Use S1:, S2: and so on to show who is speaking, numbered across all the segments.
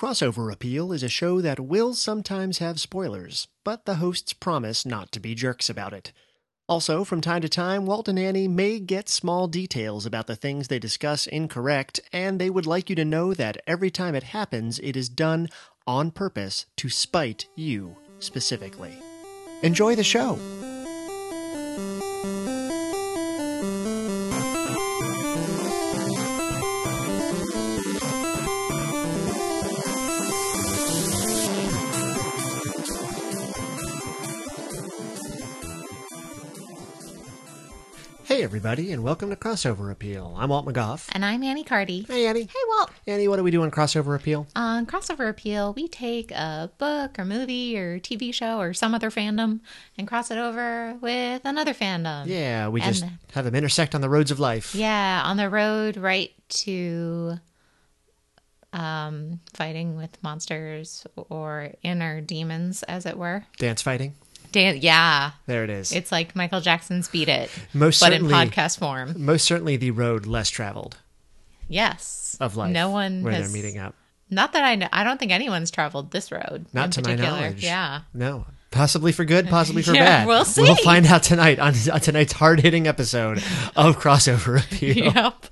S1: Crossover Appeal is a show that will sometimes have spoilers, but the hosts promise not to be jerks about it. Also, from time to time, Walt and Annie may get small details about the things they discuss incorrect, and they would like you to know that every time it happens, it is done on purpose to spite you specifically. Enjoy the show! Hey, everybody, and welcome to Crossover Appeal. I'm Walt McGough.
S2: And I'm Annie Cardy.
S1: Hey, Annie.
S2: Hey, Walt.
S1: Annie, what do we do on Crossover Appeal?
S2: On Crossover Appeal, we take a book or movie or TV show or some other fandom and cross it over with another fandom.
S1: Yeah, we
S2: Um, And-
S1: just have them intersect on the roads of life.
S2: Yeah, on the road right to um, fighting with monsters or inner demons, as it were.
S1: Dance fighting.
S2: Dan- yeah,
S1: There it is.
S2: it's like Michael Jackson's Beat It,
S1: Most
S2: but in
S1: certainly-
S2: podcast form.
S1: Most certainly the road less traveled
S2: Yes.
S1: of life.
S2: No one
S1: where
S2: has.
S1: they're meeting up.
S2: Not that I know. I don't think anyone's traveled this road. in
S1: Not to my
S2: particular.
S1: knowledge.
S2: Yeah.
S1: No. Possibly for good, possibly for
S2: Yeah,
S1: bad.
S2: we'll see.
S1: We'll find out tonight on, on tonight's hard hitting episode of Crossover Appeal.
S2: Yep.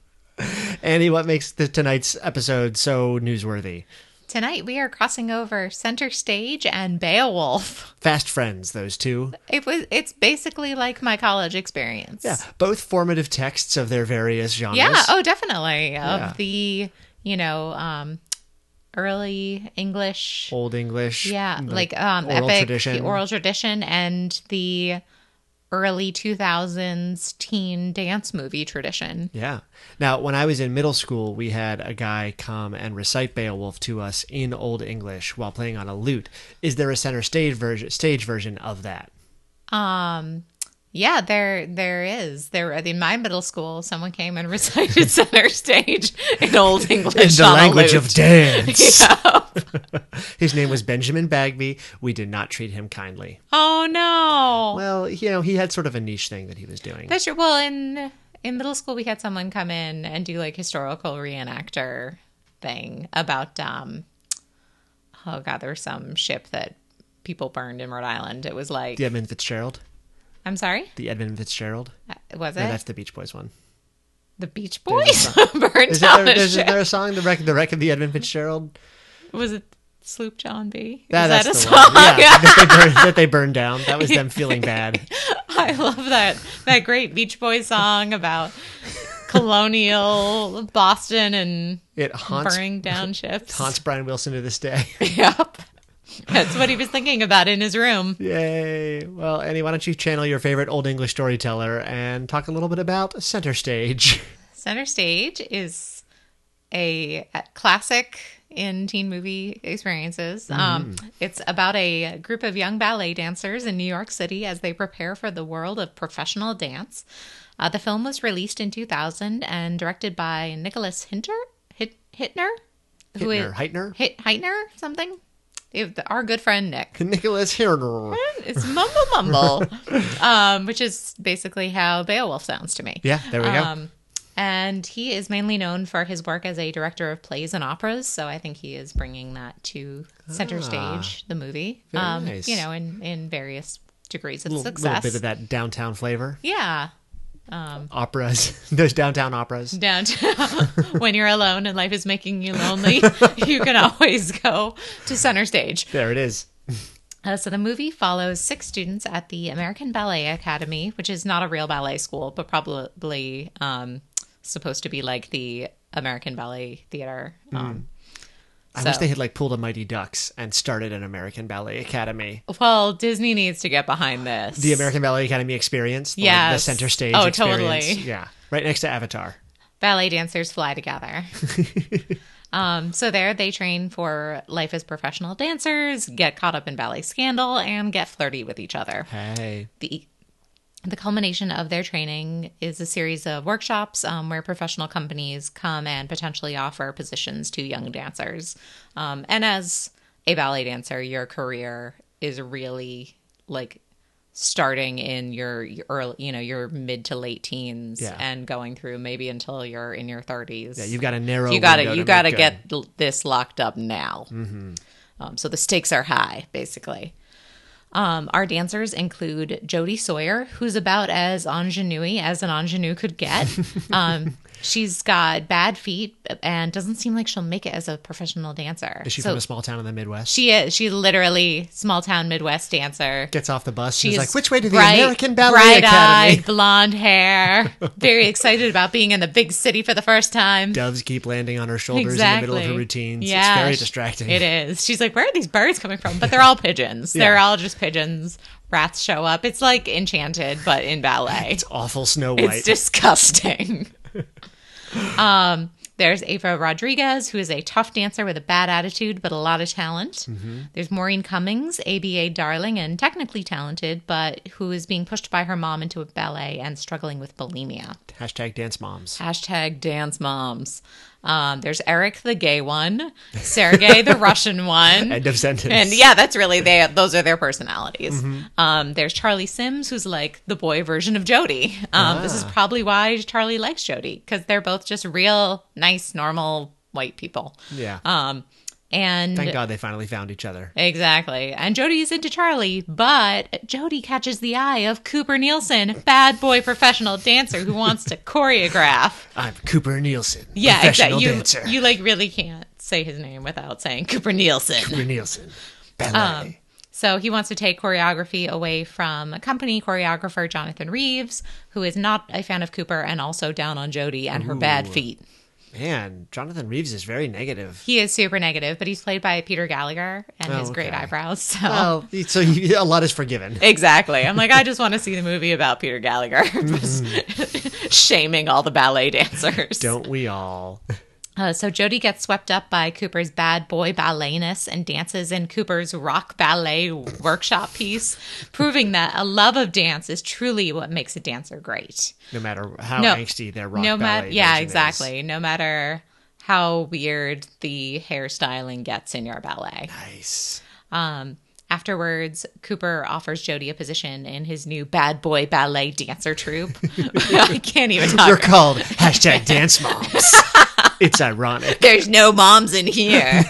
S1: Annie, what makes the, tonight's episode so newsworthy?
S2: Tonight we are crossing over center stage and Beowulf.
S1: Fast friends, those two.
S2: It was it's basically like my college experience.
S1: Yeah. Both formative texts of their various genres.
S2: Yeah, oh definitely. Of
S1: Yeah.
S2: the, you know, um early English
S1: Old English.
S2: Yeah,
S1: the
S2: like um
S1: oral
S2: epic the
S1: tradition.
S2: oral tradition and the early 2000s teen dance movie tradition.
S1: Yeah. Now, when I was in middle school, we had a guy come and recite Beowulf to us in Old English while playing on a lute. Is there a center stage version stage version of that?
S2: Um yeah, there there is. There in my middle school, someone came and recited center stage in old English
S1: In the
S2: on a
S1: language
S2: lute.
S1: of dance. His name was Benjamin Bagby. We did not treat him kindly.
S2: Oh no.
S1: Well, you know, he had sort of a niche thing that he was doing.
S2: That's true. Well, in in middle school, we had someone come in and do like historical reenactor thing about um. Oh god, there was some ship that people burned in Rhode Island. It was like
S1: The Edmund Fitzgerald.
S2: I'm sorry,
S1: The Edmund Fitzgerald.
S2: Uh, was
S1: No,
S2: it
S1: that's the Beach Boys one.
S2: the Beach Boys burned
S1: Is there,
S2: down a
S1: there's, is
S2: ship?
S1: there a song, the wreck, the wreck of the Edmund Fitzgerald?
S2: Was it Sloop John B?
S1: Ah,
S2: Is that a
S1: that's the
S2: song?
S1: one. Yeah, that, they burned, that they burned down. That was them feeling bad.
S2: I love that that great Beach Boys song about colonial Boston and
S1: It haunts
S2: burning down ships.
S1: haunts Brian Wilson to this day.
S2: Yep. That's what he was thinking about in his room.
S1: Yay! Well, Annie, why don't you channel your favorite Old English storyteller and talk a little bit about Center Stage?
S2: Center Stage is a classic in teen movie experiences. Um, it's about a group of young ballet dancers in New York City as they prepare for the world of professional dance. Uh, the film was released in 2000 and directed by Nicholas Hinter, Hit, Hitner, who is
S1: Heitner, Heitner,
S2: Hit, Heitner something. It- our good friend Nick.
S1: Nicholas Heitner.
S2: It's mumble mumble, um, which is basically how Beowulf sounds to me.
S1: Yeah, there we go.
S2: Um, and he is mainly known for his work as a director of plays and operas, so I think he is bringing that to center
S1: Ah.
S2: stage, the movie.
S1: Very
S2: um,
S1: nice.
S2: You know, in in various degrees of
S1: A little,
S2: success.
S1: bit of that downtown flavor.
S2: Yeah,
S1: Operas, those downtown operas.
S2: downtown. when you're alone and life is making you lonely, you can always go to center stage.
S1: There it is.
S2: Uh, so the movie follows six students at the American Ballet Academy, which is not a real ballet school, but probably um, supposed to be like the American Ballet Theater. Um,
S1: I wish they had like pulled a Mighty Ducks and started an American Ballet Academy.
S2: Well, Disney needs to get behind this.
S1: The American Ballet Academy experience. the- the
S2: Yes.
S1: Center Stage.
S2: Oh,
S1: experience.
S2: totally.
S1: Yeah, right next to Avatar.
S2: ballet dancers fly together. um, so there they train for life as professional dancers, get caught up in ballet scandal, and get flirty with each other.
S1: Hey,
S2: the the culmination of their training is a series of workshops um, where professional companies come and potentially offer positions to young dancers. Um, and as a ballet dancer, your career is really like starting in your your early, you know, your mid to late teens
S1: Yeah.
S2: and going through maybe until you're in your 30s.
S1: Yeah, you've got a narrow.
S2: you gotta
S1: window
S2: you
S1: Oh, make Mm-hmm.
S2: gotta
S1: good.
S2: get l- this locked up now um, so the stakes are high basically um, our dancers include Jodie Sawyer, who's about as ingenue as an ingenue could get. Um, she's got bad feet and doesn't seem like she'll make it as a professional dancer.
S1: Is she
S2: so
S1: from a small town in the Midwest?
S2: she is. She's literally small town Midwest dancer.
S1: gets off the bus. She's,
S2: She's
S1: like, which way to the
S2: bright-
S1: American Ballet
S2: bright-eyed,
S1: Academy?
S2: blonde hair. Very excited about being in the big city for the first time.
S1: Doves keep landing on her shoulders in the middle of her routines.
S2: Yeah,
S1: it's very
S2: sh-
S1: distracting.
S2: It is. She's like, where are these birds coming from? But they're all pigeons. They're
S1: Yeah.
S2: all just pigeons. Rats show up. It's like Enchanted, but in ballet. It's,
S1: Awful Snow White.
S2: disgusting. um, there's Ava Rodriguez, who is a tough dancer with a bad attitude, but a lot of talent. There's Maureen Cummings, ABA darling and technically talented, but who is being pushed by her mom into a ballet and struggling with bulimia.
S1: Hashtag dance moms.
S2: Hashtag dance moms. Um, there's Eric, the gay one, Sergey, the Russian one.
S1: End of sentence.
S2: And yeah, that's really they. Those are their personalities.
S1: Mm-hmm.
S2: Um, there's Charlie Sims, who's like the boy version of Jody. Um, This is
S1: Ah.
S2: probably why Charlie likes Jody because they're both just real nice, normal white people.
S1: Yeah.
S2: Um, and
S1: Thank God they finally found each other.
S2: exactly, and Jody is into Charlie, but Jody catches the eye of Cooper Nielsen, bad boy professional dancer who wants to choreograph.
S1: I'm Cooper Nielsen.
S2: Yeah,
S1: professional
S2: exactly. You,
S1: dancer.
S2: you like really can't say his name without saying Cooper Nielsen.
S1: Cooper Nielsen. Ballet.
S2: Um, So he wants to take choreography away from company choreographer Jonathan Reeves, who is not a fan of Cooper and also down on Jody and her bad feet.
S1: Man, Jonathan Reeves is very negative.
S2: He is super negative, but he's played by Peter Gallagher and his great
S1: Oh, okay.
S2: eyebrows. So
S1: Oh, so you, a lot is forgiven.
S2: exactly, I'm like, I just want to see the movie about Peter Gallagher shaming all the ballet dancers.
S1: Mm-hmm. Don't we all?
S2: Uh, so Jody gets swept up by Cooper's bad boy balletness and dances in Cooper's rock ballet workshop piece, proving that a love of dance is truly what makes a dancer great.
S1: No matter how
S2: No.
S1: angsty their rock
S2: no
S1: ballet
S2: matter, yeah,
S1: version is.
S2: exactly. No matter how weird the hairstyling gets in your ballet.
S1: Nice.
S2: Um, afterwards, Cooper offers Jody a position in his new bad boy ballet dancer troupe. I can't even talk.
S1: They're called hashtag dance moms. it's ironic.
S2: There's no moms in here.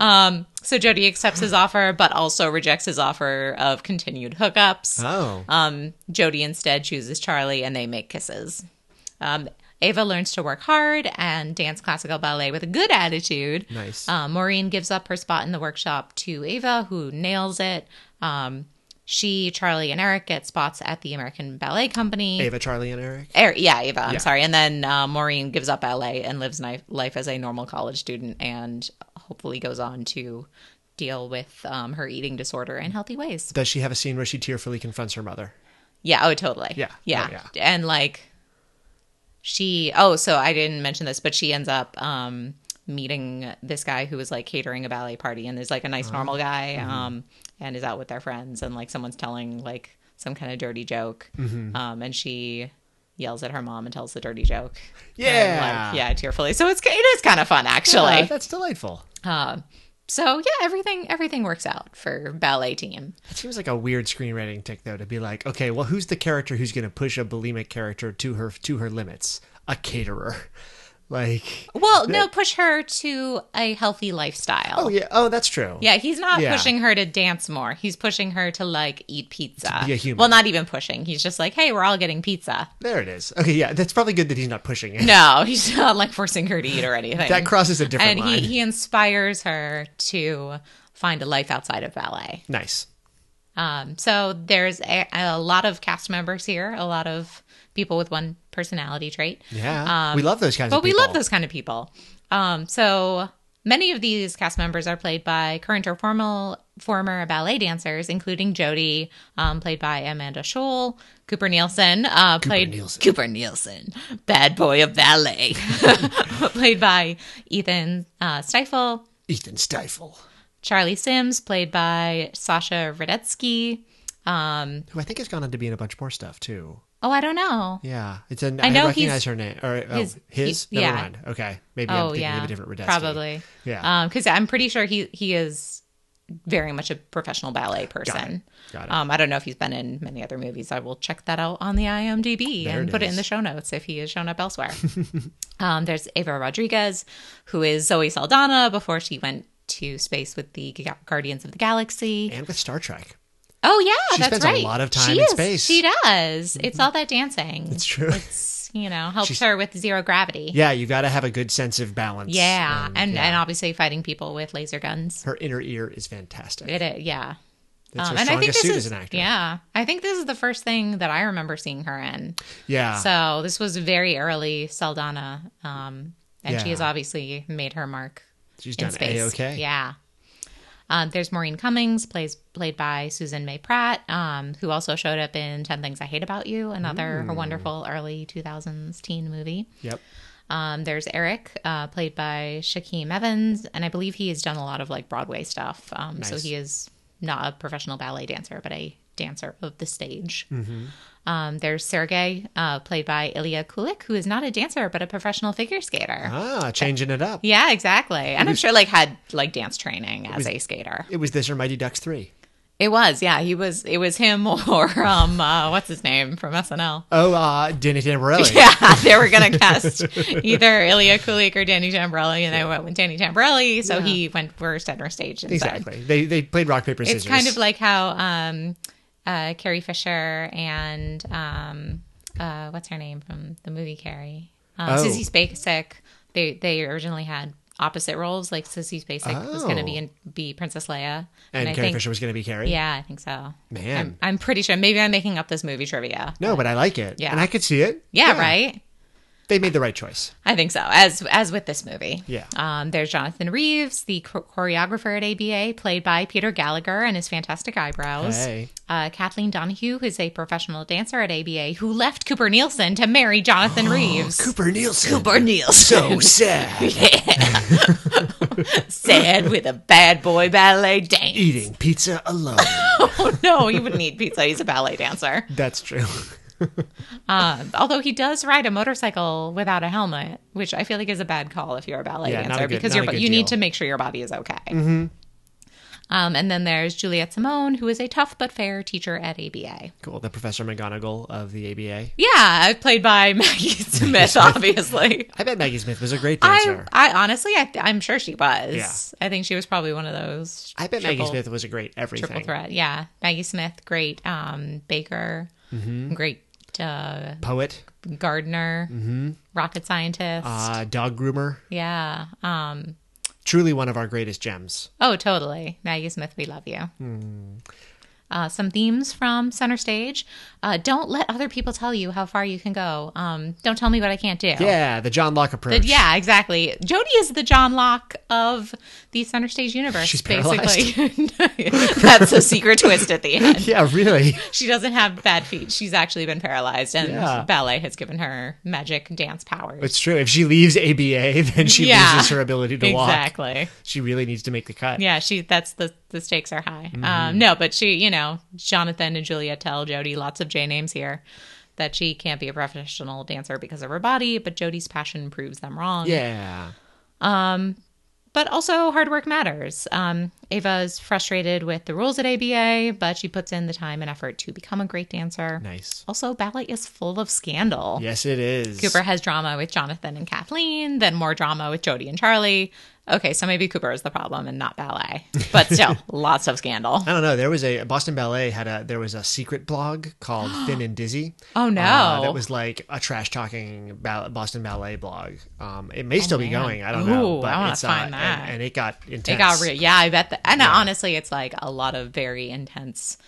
S2: um, so Jody accepts his offer, but also rejects his offer of continued hookups.
S1: Oh.
S2: Um, Jody instead chooses Charlie, and they make kisses. Um, Ava learns to work hard and dance classical ballet with a good attitude.
S1: Nice.
S2: Uh, Maureen gives up her spot in the workshop to Ava, who nails it. Um, she, Charlie, and Eric get spots at the American Ballet Company.
S1: Ava, Charlie, and Eric.
S2: Er, yeah, Ava. I'm
S1: Yeah.
S2: sorry. And then uh, Maureen gives up LA and lives ni- life as a normal college student, and hopefully goes on to deal with um, her eating disorder in healthy ways.
S1: Does she have a scene where she tearfully confronts her mother?
S2: Yeah. Oh, totally.
S1: Yeah.
S2: Yeah.
S1: Oh,
S2: And like, she. Oh, so I didn't mention this, but she ends up um, meeting this guy who was like catering a ballet party, and is like a nice normal guy, um, and is out with their friends, and like someone's telling like some kind of dirty joke, um, and she yells at her mom and tells the dirty joke.
S1: Yeah.
S2: And, like, yeah, tearfully. So it's it is kind of fun
S1: Ah,
S2: actually.
S1: that's delightful.
S2: So yeah, everything everything works out for ballet team.
S1: It seems like a weird screenwriting tick, though, to be like, okay, well, who's the character who's going to push a bulimic character to her to her limits? A caterer, like,
S2: Well, no, push her to a healthy lifestyle.
S1: oh yeah, oh that's true.
S2: Yeah, he's not
S1: Yeah.
S2: pushing her to dance more. He's pushing her to like eat pizza.
S1: be a human.
S2: Well, not even pushing. He's just like, "Hey, we're all getting pizza."
S1: there it is. Okay, yeah, that's probably good that he's not pushing it.
S2: No, he's not like forcing her to eat or anything.
S1: That crosses a different
S2: and
S1: line.
S2: he he inspires her to find a life outside of ballet.
S1: nice.
S2: Um, so there's a, a lot of cast members here, a lot of people with one personality trait.
S1: Yeah, we love those kinds.
S2: Um, But
S1: of
S2: we
S1: people.
S2: love those kind of people. Um, so many of these cast members are played by current or formal, former ballet dancers, including Jodie, um, played by Amanda Scholl, Cooper Nielsen, uh, played
S1: Nielsen.
S2: Cooper Nielsen, bad boy of ballet, played by Ethan uh, Stifel,
S1: Ethan Stifel,
S2: Charlie Sims, played by Sasha Radetsky. Um,
S1: who I think has gone on to be in a bunch more stuff too.
S2: oh, I don't know.
S1: Yeah, it's an.
S2: I
S1: I,
S2: know
S1: recognize her name. Or oh,
S2: his-
S1: his.
S2: he-
S1: Never
S2: yeah.
S1: mind. Okay, maybe I'm
S2: Oh
S1: thinking
S2: yeah, Um,
S1: of a different Radetzky.
S2: probably.
S1: Yeah.
S2: because I'm pretty sure he he is very much a professional ballet person.
S1: Got it.
S2: Um, I don't know if he's been in many other movies. I will check that out on the IMDb
S1: There
S2: and
S1: it
S2: put it in
S1: is.
S2: the show notes if he has shown up elsewhere. um, there's Ava Rodriguez, who is Zoe Saldana before she went to space with the Ga- Guardians of the Galaxy.
S1: And with Star Trek.
S2: Oh yeah,
S1: She
S2: that's
S1: spends a
S2: right.
S1: lot of time
S2: she
S1: in
S2: is.
S1: space. Mm-hmm.
S2: She does. It's all that dancing.
S1: It's true.
S2: It's you know helps
S1: She's-
S2: her with zero gravity.
S1: Yeah, you got to have a good sense of balance. Um,
S2: Yeah, and
S1: yeah.
S2: and obviously fighting people with laser guns.
S1: her inner ear is fantastic.
S2: It, it yeah. Um,
S1: It's her
S2: and I think
S1: strongest
S2: this
S1: suit
S2: is
S1: as an actor.
S2: yeah. I think this is the first thing that I remember seeing her in.
S1: Yeah.
S2: So this was very early Saldana, um, and she has
S1: Yeah.
S2: obviously made her mark
S1: She's
S2: in
S1: done
S2: space.
S1: a okay.
S2: Yeah. Um, there's Maureen Cummings, plays played by Susan May Pratt, um, who also showed up in Ten Things I Hate About You, another wonderful early 2000s teen movie.
S1: Yep.
S2: Um, there's Eric, uh, played by Shaquem Evans, and I believe he has done a lot of like Broadway stuff. Um, So
S1: Nice.
S2: he is not a professional ballet dancer, but a dancer of the stage. Um, there's Sergei, uh, played by Ilya Kulik, who is not a dancer but a professional figure skater.
S1: Ah, changing it up.
S2: Yeah, exactly. And I'm sure like had like dance training as a skater.
S1: It was this or Mighty Ducks 3.
S2: It was, yeah. He was. It was him or um, uh, what's his name from SNL.
S1: Oh, uh, Danny Tamborelli.
S2: Yeah, they were going to cast either Ilya Kulik or Danny Tamborelli, and they went with Danny Tamborelli, so he went for center stage instead.
S1: Exactly. They, they played rock, paper, scissors.
S2: It's kind of like how um, uh, Carrie Fisher and um, uh, what's her name from the movie Carrie, um,
S1: Oh.
S2: Sissy Spacek. They they originally had opposite roles. Like Sissy Spacek was going to be in, be Princess Leia,
S1: Oh. And
S2: I
S1: Carrie
S2: think
S1: Fisher was going to be Carrie.
S2: yeah, I think so.
S1: Man.
S2: I'm, I'm pretty sure. Maybe I'm making up this movie trivia.
S1: No, but I like it.
S2: Yeah.
S1: And I could see it.
S2: Yeah, right.
S1: They made the right choice.
S2: I think so. As as with this movie,
S1: Yeah.
S2: Um, there's Jonathan Reeves, the cho- choreographer at ABA, played by Peter Gallagher and his fantastic eyebrows.
S1: Hey.
S2: Uh, Kathleen Donahue, who's a professional dancer at ABA, who left Cooper Nielsen to marry Jonathan Reeves.
S1: Cooper Nielsen.
S2: Cooper Nielsen,
S1: So sad.
S2: sad with a bad boy ballet dance.
S1: Eating pizza alone.
S2: Oh no, he wouldn't eat pizza. He's a ballet dancer.
S1: That's true.
S2: Um, although he does ride a motorcycle without a helmet, which I feel like is a bad call if you're a ballet
S1: Yeah, not a
S2: dancer
S1: good-
S2: because
S1: not
S2: you're,
S1: a good
S2: you need
S1: deal. Mm-hmm.
S2: to make sure your body is okay. Um, and then there's Juliette Simone, who is a tough but fair teacher at ABA.
S1: Cool. The Professor McGonagall of the ABA.
S2: Yeah, played by Maggie Smith, obviously.
S1: I bet Maggie Smith was a great
S2: I,
S1: dancer.
S2: I honestly, I th- I'm sure she was.
S1: Yeah.
S2: I think she was probably one of those.
S1: I, bet Maggie
S2: triple-
S1: Smith was a great
S2: Triple
S1: everything.
S2: threat. Yeah, Maggie Smith, great um, baker,
S1: Mm-hmm.
S2: great uh,
S1: Poet,
S2: gardener,
S1: Mm-hmm.
S2: rocket scientist.
S1: uh, dog groomer.
S2: yeah. Um,
S1: Truly one of our greatest gems.
S2: Oh, totally. Maggie Smith, we love you.
S1: Hmm.
S2: Uh, some themes from Center Stage. Uh, don't let other people tell you how far you can go. Um, don't tell me what I can't do.
S1: Yeah, the John Locke approach.
S2: But yeah, exactly. Jodie is the John Locke of the Center Stage universe,
S1: She's
S2: basically. That's a secret twist at the end.
S1: Yeah, really.
S2: She doesn't have bad feet. She's actually been paralyzed, and
S1: Yeah.
S2: ballet has given her magic dance powers.
S1: It's true. If she leaves ABA, then she
S2: Yeah.
S1: loses her ability to walk.
S2: exactly.
S1: She really needs to make the cut.
S2: Yeah, she. That's the the stakes are high.
S1: Mm-hmm.
S2: Um, no, but she, you know, Jonathan and Julia tell Jody lots of J names here that she can't be a professional dancer because of her body, but Jody's passion proves them wrong.
S1: Yeah.
S2: But also, hard work matters. Um, Ava's frustrated with the rules at ABA, but she puts in the time and effort to become a great dancer.
S1: Nice.
S2: Also, ballet is full of scandal.
S1: Yes, it is.
S2: Cooper has drama with Jonathan and Kathleen, then more drama with Jody and Charlie. Okay, so maybe Cooper is the problem and not ballet. But still, lots of scandal.
S1: I don't know. There was a Boston Ballet had a there was a secret blog called Thin and Dizzy.
S2: Oh, no.
S1: Uh, that was like a trash talking ba- Boston Ballet blog. Um, it may still be
S2: Oh, man.
S1: going. I don't
S2: Ooh,
S1: know.
S2: I wanna
S1: it's, uh,
S2: find that.
S1: And, and it got intense.
S2: It got real. Yeah, I bet that. And honestly, it's like a lot of very intense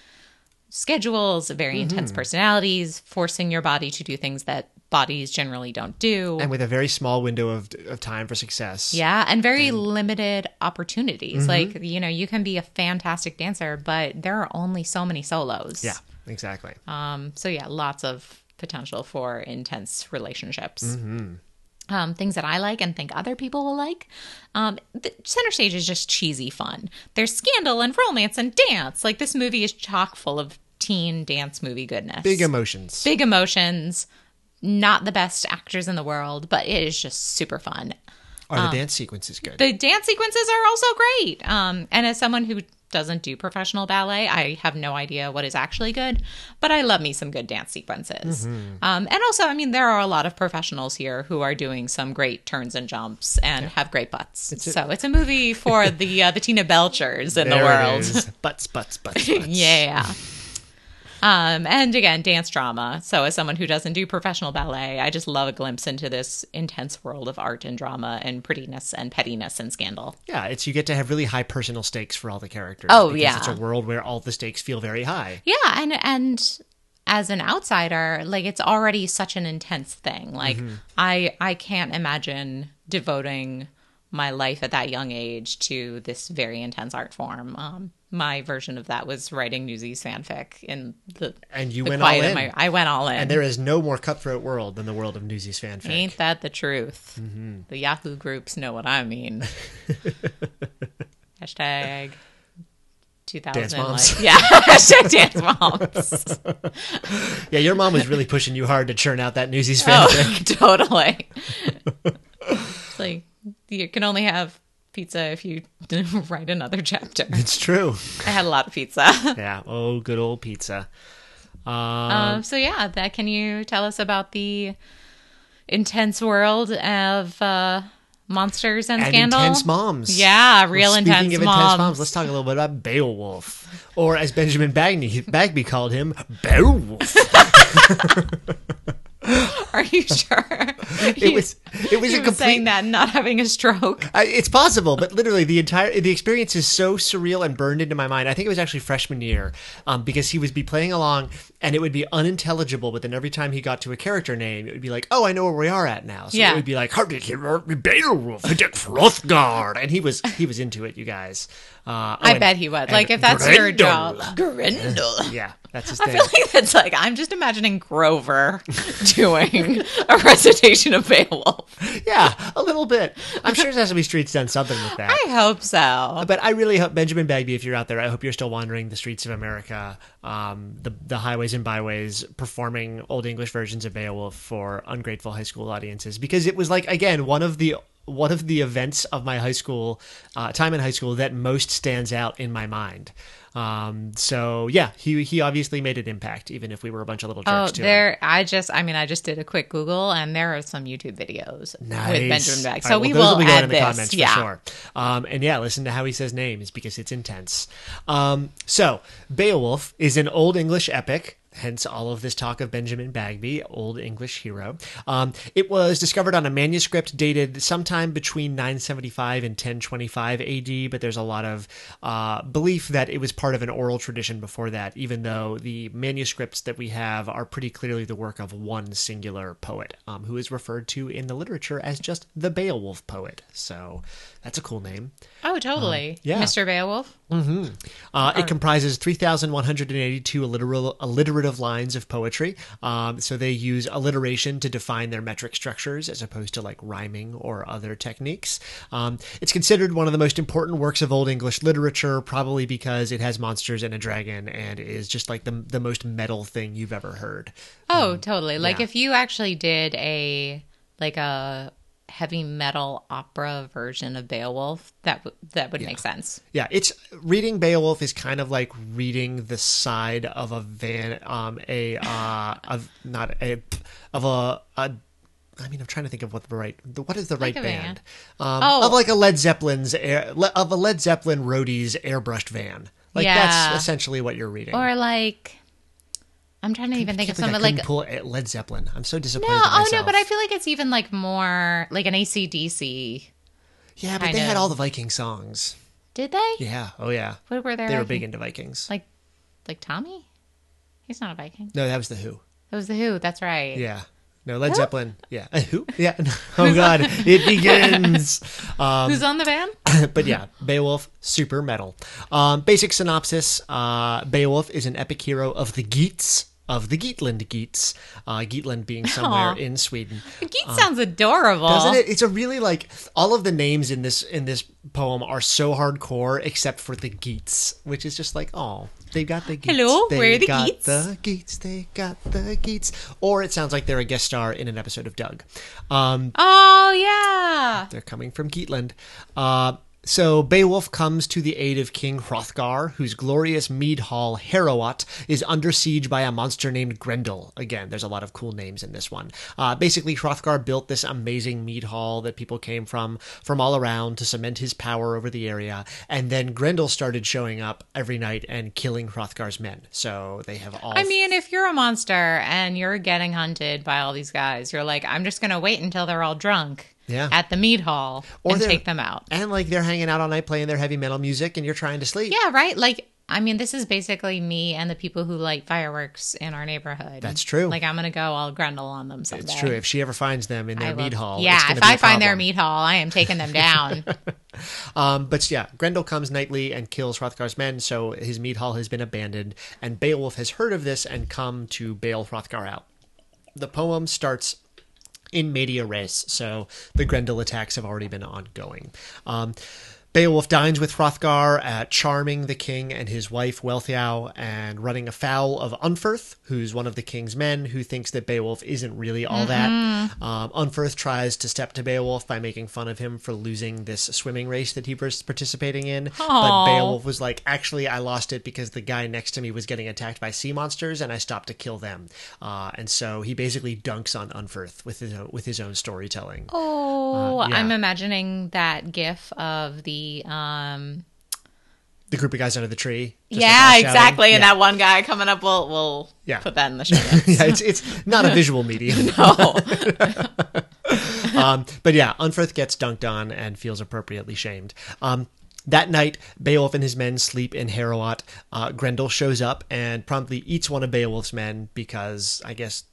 S2: schedules, very
S1: Mm-hmm.
S2: intense personalities, forcing your body to do things that bodies generally don't do.
S1: and with a very small window of, of time for success.
S2: yeah, and very limited
S1: Mm-hmm.
S2: opportunities. Like, you know, you can be a fantastic dancer, but there are only so many solos.
S1: Yeah. Exactly.
S2: Um, so yeah, lots of potential for intense relationships. Um, things that I like and think other people will like. Um, the center stage is just cheesy fun. There's scandal and romance and dance. Like this movie is chock full of teen dance movie goodness.
S1: Big emotions.
S2: Big emotions. Not the best actors in the world, but it is just super fun
S1: Are the dance sequences good?
S2: the dance sequences are also great. Um, and as someone who doesn't do professional ballet. I have no idea what is actually good, but I love me some good dance sequences.
S1: Mm-hmm.
S2: Um, and also, I mean, there are a lot of professionals here who are doing some great turns and jumps and have great butts. so it's a movie for the uh, the Tina Belchers in the
S1: There it
S2: world.
S1: is. Butts, butts, butts, butts.
S2: Yeah. Um, and again, dance drama. So, as someone who doesn't do professional ballet, I just love a glimpse into this intense world of art and drama and prettiness and pettiness and scandal.
S1: Yeah, it's you get to have really high personal stakes for all the characters.
S2: Oh,
S1: because
S2: yeah.
S1: It's a world where all the stakes feel very high.
S2: Yeah, and and as an outsider, like it's already such an intense thing. Like
S1: Mm-hmm.
S2: I I can't imagine devoting my life at that young age to this very intense art form. Um, my version of that was writing Newsies fanfic in the
S1: And you
S2: the
S1: went all
S2: quiet
S1: in.
S2: of my. I went all in.
S1: and there is no more cutthroat world than the world of Newsies fanfic. Mm-hmm.
S2: Ain't that the truth? The Yahoo groups know what I mean. Hashtag 2000.
S1: Dance moms.
S2: Like, yeah, hashtag dance moms.
S1: Yeah, your mom was really pushing you hard to churn out that Newsies fanfic.
S2: oh, totally. It's like, you can only have pizza if you write another chapter.
S1: It's true.
S2: I had a lot of pizza.
S1: Yeah. Oh, good old pizza.
S2: Um, so, yeah, that can you tell us about the intense world of uh, monsters and,
S1: And
S2: scandal?
S1: intense moms.
S2: Yeah, real
S1: Speaking
S2: intense,
S1: of intense
S2: moms.
S1: moms. let's talk a little bit about Beowulf, or as Benjamin Bagney, Bagby called him, Beowulf.
S2: Are you sure?
S1: It was it was
S2: you
S1: a
S2: were saying
S1: complete. Oh,
S2: that and not having a stroke.
S1: I, it's possible, but literally the entire the experience is so surreal and burned into my mind. I think it was actually freshman year, um, because he would be playing along and it would be unintelligible. But then every time he got to a character name, it would be like, "Oh, I know where we are at now." So
S2: Yeah.
S1: it would be like, "Beowulf, Dick Frothgar," and he was he was into it, you guys. Uh, oh,
S2: I
S1: and-
S2: bet he was.
S1: and
S2: Like if that's your
S1: Grendel.
S2: job, Grendel.
S1: Yeah, that's his
S2: I
S1: thing.
S2: feel like that's like I'm just imagining Grover doing a recitation of Beowulf.
S1: yeah, a little bit. I'm sure Sesame Street's done something with that.
S2: I hope so.
S1: Uh, But I really hope Benjamin Bagby, if you're out there, I hope you're still wandering the streets of America, um, the the highways and byways, performing old English versions of Beowulf for ungrateful high school audiences, because it was like again one of the one of the events of my high school uh, time in high school that most stands out in my mind. Um, so yeah, he he obviously made an impact, even if we were a bunch of little
S2: Oh,
S1: jerks too.
S2: there! I just, I mean, I just did a quick Google, and there are some YouTube videos with Benjamin Bag.
S1: All
S2: So
S1: right,
S2: we
S1: those
S2: will
S1: be going
S2: add
S1: in the
S2: this.
S1: comments
S2: yeah,
S1: for sure. Um, and yeah, listen to how he says names because it's intense. Um, so Beowulf is an old English epic. Hence, all of this talk of Benjamin Bagby, old English hero. Um, it was discovered on a manuscript dated sometime between 975 and 1025 AD, but there's a lot of uh, belief that it was part of an oral tradition before that, even though the manuscripts that we have are pretty clearly the work of one singular poet, um, who is referred to in the literature as just the Beowulf poet. So that's a cool name.
S2: Oh, totally.
S1: yeah.
S2: Mr. Beowulf.
S1: Uh, it comprises 3,182 alliteral, alliterative lines of poetry. Um, so they use alliteration to define their metric structures as opposed to like rhyming or other techniques. Um, it's considered one of the most important works of Old English literature, probably because it has monsters and a dragon and is just like the, the most metal thing you've ever heard.
S2: Oh, totally. Like
S1: yeah.
S2: if you actually did a like a heavy metal opera version of Beowulf, that w- that would make sense.
S1: Yeah, it's reading Beowulf is kind of like reading the side of a van, um, a uh, of not a of a. a I mean, I'm trying to think of what the right the, what is the right
S2: a
S1: band
S2: van.
S1: um,
S2: Oh.
S1: of like a Led Zeppelin's air, le- of a Led Zeppelin roadie's airbrushed van. Like
S2: Yeah.
S1: that's essentially what you're reading.
S2: Or like I'm trying to even think
S1: I
S2: of
S1: can't believe I couldn't
S2: something like no,
S1: pull a- eh, Led Zeppelin. I'm so disappointed. in
S2: oh no,
S1: myself.
S2: but I feel like it's even like more like an ACDC.
S1: yeah, but
S2: kind
S1: they had
S2: of-
S1: all the Viking songs.
S2: Did they?
S1: Yeah, oh yeah,
S2: What were their
S1: they were
S2: Viking-
S1: big into Vikings.
S2: like like Tommy? He's not a Viking.
S1: No, that was the Who.
S2: That was the Who, that's right.
S1: Yeah. No, Led Zeppelin. Yeah. Uh, Who? Yeah. Oh God, it begins. Um,
S2: Who's on the van?
S1: but yeah, Beowulf, super metal. Um, basic synopsis: uh, Beowulf is an epic hero of the Geats, of the Geatland Geats. Uh, Geatland being somewhere
S2: Aw.
S1: in Sweden.
S2: Geek sounds adorable.
S1: Uh-uh. Doesn't it? It's a really like all of the names in this in this poem are so hardcore, except for the Geats, which is just like, oh, they got the Geats.
S2: Hello,
S1: they
S2: we're the
S1: got
S2: Geats."
S1: The Geats, they got the Geats. Or it sounds like they're a guest star in an episode of Doug. Um,
S2: Oh yeah.
S1: they're coming from Geatland. Uh, So Beowulf comes to the aid of King Hrothgar, whose glorious mead hall Harrowat is under siege by a monster named Grendel. Again, there's a lot of cool names in this one. Uh, basically, Hrothgar built this amazing mead hall that people came from from all around to cement his power over the area, and then Grendel started showing up every night and killing Hrothgar's men. So they have all.
S2: I mean, if you're a monster and you're getting hunted by all these guys, you're like, I'm just going to wait until they're all drunk
S1: Yeah.
S2: at the mead hall
S1: Or
S2: and
S1: they're-
S2: take them out.
S1: and like they're hanging out all night playing their heavy metal music, and you're trying to sleep.
S2: Yeah, right? Like, I mean, this is basically me and the people who light fireworks in our neighborhood.
S1: That's true.
S2: Like, I'm going to go all grundle on them someday.
S1: It's true. If she ever finds them in
S2: I
S1: their
S2: will-
S1: mead hall, it's
S2: Yeah,
S1: gonna
S2: if
S1: be a
S2: I find their
S1: problem. Uh,
S2: mead hall, I am taking them down.
S1: Um, but yeah, Grendel comes nightly and kills Hrothgar's men, so his mead hall has been abandoned, and Beowulf has heard of this and come to bail Hrothgar out. The poem starts in media res, so the Grendel attacks have already been ongoing. Um, Beowulf dines with Hrothgar at charming the king and his wife Wealhtheow and running afoul of Unferth, who's one of the king's men who thinks that Beowulf isn't really all that. Um, Unferth tries to step to Beowulf by making fun of him for losing this swimming race that he was participating in. But
S2: Aw.
S1: Beowulf was like, actually, I lost it because the guy next to me was getting attacked by sea monsters and I stopped to kill them. Uh, and so he basically dunks on Unferth with his own, with his own storytelling.
S2: Oh,
S1: Uh, yeah.
S2: I'm imagining that gif of the um
S1: The group of guys under the tree. just, like, all
S2: Yeah,
S1: shouting.
S2: exactly. And
S1: Yeah.
S2: that one guy coming up will will
S1: Yeah.
S2: put that in the show. notes.
S1: yeah, it's it's not a visual medium.
S2: oh.
S1: Um, but yeah, Unferth gets dunked on and feels appropriately shamed. Um, that night, Beowulf and his men sleep in Harrowat. Uh, Grendel shows up and promptly eats one of Beowulf's men because I guess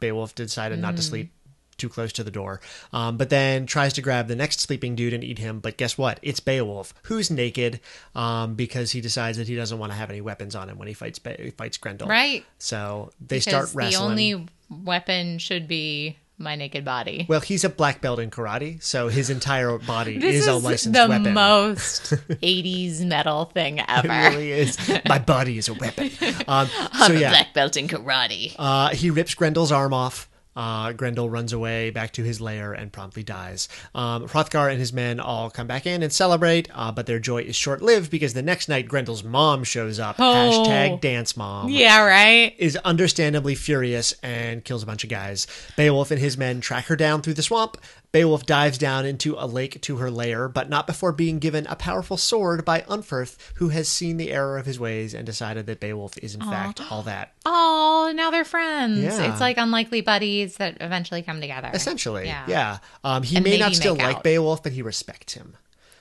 S1: Beowulf decided not to sleep too close to the door. Um, but then tries to grab the next sleeping dude and eat him. But guess what? It's Beowulf, who's naked um, because he decides that he doesn't want to have any weapons on him when he fights Be- fights Grendel.
S2: Right.
S1: So they
S2: Because
S1: start wrestling.
S2: The only weapon should be my naked body.
S1: Well, he's a black belt in karate, so his entire body
S2: this
S1: is,
S2: is,
S1: a licensed
S2: the
S1: weapon.
S2: most 80s metal thing
S1: it
S2: ever.
S1: really is. My body is a weapon. Um, so
S2: I'm a
S1: yeah,
S2: black belt in karate.
S1: uh, he rips Grendel's arm off. Uh, Grendel runs away back to his lair and promptly dies. Um, Hrothgar and his men all come back in and celebrate, uh, but their joy is short lived because the next night Grendel's mom shows up.
S2: Oh.
S1: Hashtag dance mom.
S2: yeah, right?
S1: is understandably furious and kills a bunch of guys. Beowulf and his men track her down through the swamp. Beowulf dives down into a lake to her lair, but not before being given a powerful sword by Unferth, who has seen the error of his ways and decided that Beowulf is in fact all that.
S2: Oh, now they're friends.
S1: Yeah.
S2: It's like unlikely buddies that eventually come together.
S1: Essentially, yeah.
S2: Yeah.
S1: Um, he
S2: And
S1: may
S2: maybe
S1: not still
S2: make
S1: like
S2: out.
S1: Beowulf, but he respects him.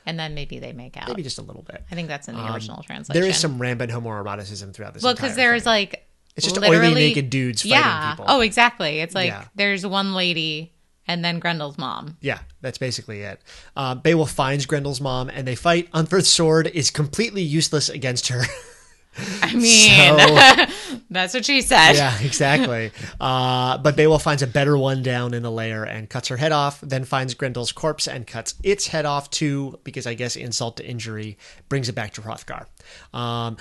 S2: And then maybe they make out.
S1: Maybe just a little bit.
S2: I think that's in the original translation.
S1: There is some rampant homoeroticism throughout this.
S2: well,
S1: because
S2: because there's like
S1: It's just oily,
S2: literally,
S1: naked dudes fighting
S2: yeah.
S1: people.
S2: Oh, exactly. It's like
S1: Yeah.
S2: there's one lady and then Grendel's mom.
S1: Yeah, that's basically it. Uh, Beowulf finds Grendel's mom and they fight. Unferth's sword is completely useless against her.
S2: I mean, that's what she said.
S1: yeah, exactly. Uh, but Beowulf finds a better one down in the lair and cuts her head off, then finds Grendel's corpse and cuts its head off too, because I guess insult to injury brings it back to Hrothgar. Um,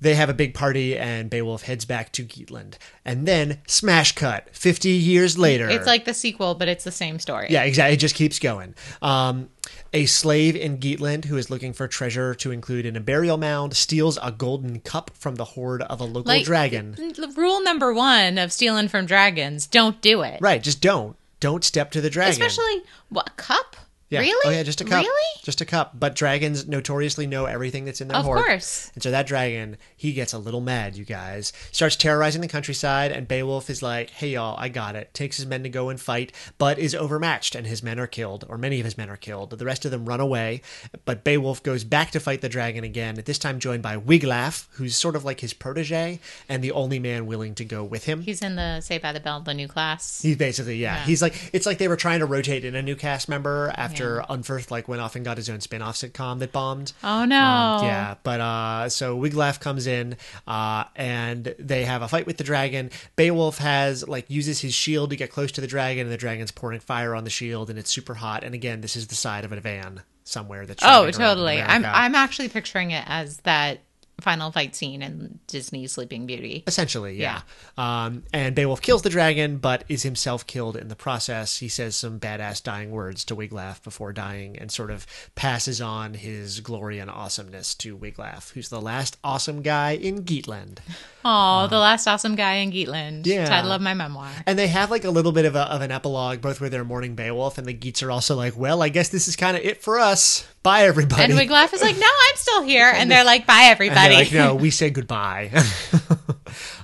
S1: they have a big party and Beowulf heads back to Geatland. And then, smash cut, 50 years later.
S2: It's like the sequel, but it's the same story.
S1: Yeah, exactly. It just keeps going. Um, a slave in Geatland who is looking for treasure to include in a burial mound steals a golden cup from the hoard of a local
S2: Like-
S1: dragon.
S2: L- Rule number one of stealing from dragons: don't do it.
S1: Right, just don't. Don't step to the dragon.
S2: Especially what a cup?
S1: yeah.
S2: Really?
S1: Oh, yeah, just a cup.
S2: Really?
S1: Just a cup. But dragons notoriously know everything that's in their
S2: Of
S1: hoard.
S2: course.
S1: And so that dragon, he gets a little mad, you guys. Starts terrorizing the countryside, and Beowulf is like, hey, y'all, I got it. Takes his men to go and fight, but is overmatched, and his men are killed, or many of his men are killed. The rest of them run away, but Beowulf goes back to fight the dragon again, this time joined by Wiglaf, who's sort of like his protege, and the only man willing to go with him.
S2: He's in the Say by the Bell, the new class.
S1: He's basically yeah. He's like it's like they were trying to rotate in a new cast member after Unferth like went off and got his own spin-off sitcom that bombed.
S2: Oh no.
S1: Um, yeah, but uh, so Wiglaf comes in, uh, and they have a fight with the dragon. Beowulf has like uses his shield to get close to the dragon, and the dragon's pouring fire on the shield, and it's super hot. And again, this is the side of a van somewhere that's
S2: Oh,
S1: driving around in
S2: totally. I'm
S1: America.
S2: I'm actually picturing it as that final fight scene in Disney's Sleeping Beauty.
S1: Essentially, yeah. Um, and Beowulf kills the dragon, but is himself killed in the process. He says some badass dying words to Wiglaf before dying and sort of passes on his glory and awesomeness to Wiglaf, who's the last awesome guy in Geatland.
S2: Oh, the last awesome guy in Geatland.
S1: Yeah.
S2: Title of my memoir.
S1: And they have like a little bit of, a, of an epilogue, both where they're mourning Beowulf, and the Geats are also like, well, I guess this is kind of it for us. Bye, everybody.
S2: And Wiglaf is like, no, I'm still here. And they're like, bye,
S1: And
S2: everybody.
S1: they're like, no, we say goodbye.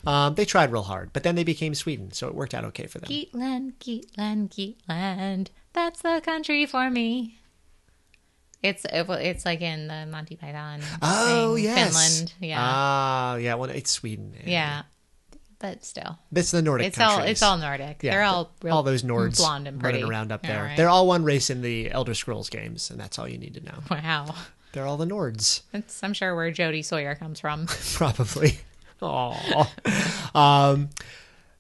S1: um, they tried real hard, but then they became Sweden, so it worked out okay for them.
S2: Geatland, Geatland, Geatland. That's the country for me. It's it, wa- it's like in the Monty Python.
S1: Oh
S2: thing.
S1: yes,
S2: Finland. Yeah,
S1: Ah, yeah. Well, it's Sweden.
S2: yeah. But still,
S1: it's the Nordic.
S2: it's
S1: countries.
S2: all it's all Nordic.
S1: Yeah,
S2: They're all real
S1: all those Nords
S2: blonde and pretty
S1: running around up
S2: All
S1: there.
S2: right.
S1: They're all one race in the Elder Scrolls games, and that's all you need to know.
S2: wow.
S1: They're all the Nords.
S2: That's I'm sure where Jodie Sawyer comes from.
S1: probably. Aww. um,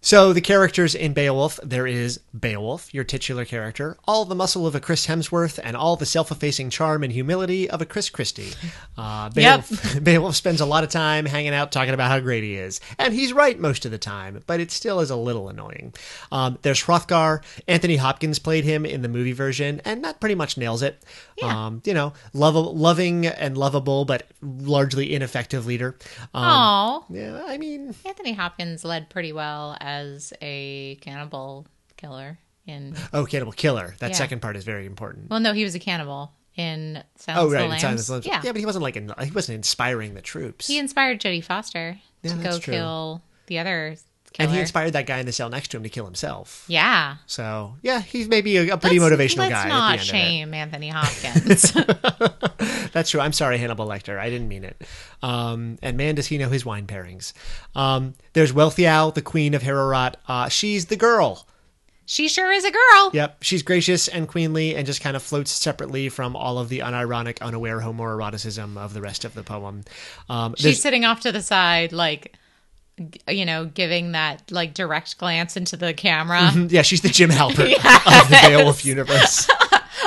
S1: so the characters in Beowulf, there is Beowulf, your titular character, all the muscle of a Chris Hemsworth, and all the self-effacing charm and humility of a Chris Christie. Uh, Beowulf, Beowulf spends a lot of time hanging out talking about how great he is, and he's right most of the time, but it still is a little annoying. Um, there's Hrothgar. Anthony Hopkins played him in the movie version, and that pretty much nails it. Um, you know, lov- loving and lovable, but largely ineffective leader. Um,
S2: Oh,
S1: yeah, I mean,
S2: Anthony Hopkins led pretty well as a cannibal killer in.
S1: oh, Cannibal Killer. That
S2: Yeah.
S1: second part is very important.
S2: Well, no, he was a cannibal in Silence
S1: Oh,
S2: of the
S1: right.
S2: Lambs.
S1: Inside the Slums.
S2: Yeah.
S1: yeah, but he wasn't like in, he wasn't inspiring the troops,
S2: He inspired Jodie Foster
S1: Yeah,
S2: to go
S1: that's true.
S2: kill the other killer.
S1: and he inspired that guy in the cell next to him to kill himself.
S2: yeah.
S1: So yeah, he's maybe a, a pretty
S2: Let's-
S1: motivational
S2: let's
S1: guy.
S2: not
S1: at the end of it.
S2: shame Anthony Hopkins.
S1: That's true. I'm sorry, Hannibal Lecter. I didn't mean it. Um, and man, does he know his wine pairings. Um, there's Wealthial, the queen of Herorat. Uh, she's the girl.
S2: she sure is a girl.
S1: Yep, she's gracious and queenly and just kind of floats separately from all of the unironic, unaware homoeroticism of the rest of the poem. Um,
S2: She's sitting off to the side, like, g- you know, giving that, like, direct glance into the camera.
S1: there's- yeah, she's the Jim Halpert of the Beowulf universe.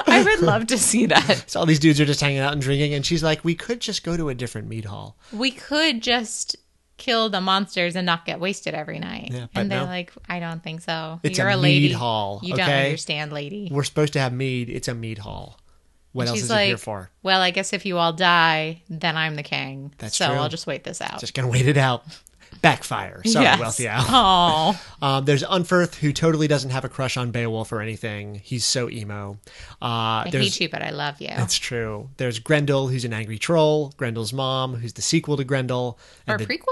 S2: I would love to see that.
S1: So all these dudes are just hanging out and drinking, and she's like, we could just go to a different mead hall.
S2: We could just kill the monsters and not get wasted every night.
S1: Yeah, but
S2: and they're
S1: no.
S2: like, I don't think so.
S1: It's
S2: You're
S1: a
S2: a, lady.
S1: mead hall,
S2: You don't
S1: okay?
S2: understand, lady.
S1: We're supposed to have mead. It's a mead hall. What else
S2: She's
S1: is
S2: like,
S1: it here for?
S2: Well, I guess if you all die, then I'm the king.
S1: That's
S2: so
S1: true.
S2: I'll just wait this out.
S1: Just gonna wait it out. Backfire. Sorry, Wealthy Al.
S2: Oh,
S1: Um, there's Unferth, who totally doesn't have a crush on Beowulf or anything. He's so emo. Uh,
S2: I
S1: there's,
S2: hate you, but I love you.
S1: That's true. There's Grendel, who's an angry troll. Grendel's mom, who's the sequel to Grendel.
S2: Or a
S1: the-
S2: prequel?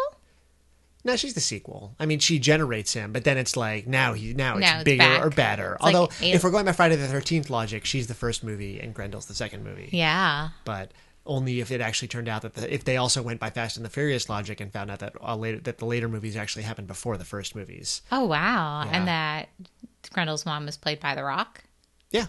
S1: no, she's the sequel. I mean, she generates him, but then it's like now he now it's
S2: Now it's
S1: bigger
S2: back.
S1: or better.
S2: It's like
S1: Although,
S2: alien-
S1: if we're going by Friday the Thirteenth logic, she's the first movie and Grendel's the second movie.
S2: Yeah.
S1: But only if it actually turned out that the, if they also went by Fast and the Furious logic and found out that uh, later that the later movies actually happened before the first movies.
S2: Oh wow!
S1: Yeah.
S2: And that Grendel's mom was played by The Rock.
S1: Yeah.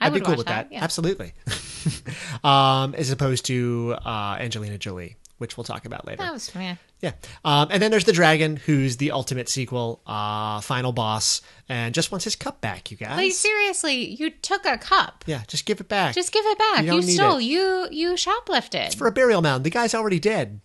S2: I
S1: I'd be
S2: would
S1: cool
S2: watch
S1: with that.
S2: that, yeah.
S1: Absolutely. um, as opposed to uh, Angelina Jolie, which we'll talk about later.
S2: That was meh.
S1: Yeah. Um, and then there's the dragon, who's the ultimate sequel, uh, final boss, and just wants his cup back, you guys.
S2: Like seriously, you took a cup.
S1: Yeah, just give it back.
S2: Just give it back.
S1: You don't
S2: You,
S1: need
S2: stole.
S1: it.
S2: You you shoplifted.
S1: for a burial mound. The guy's already dead.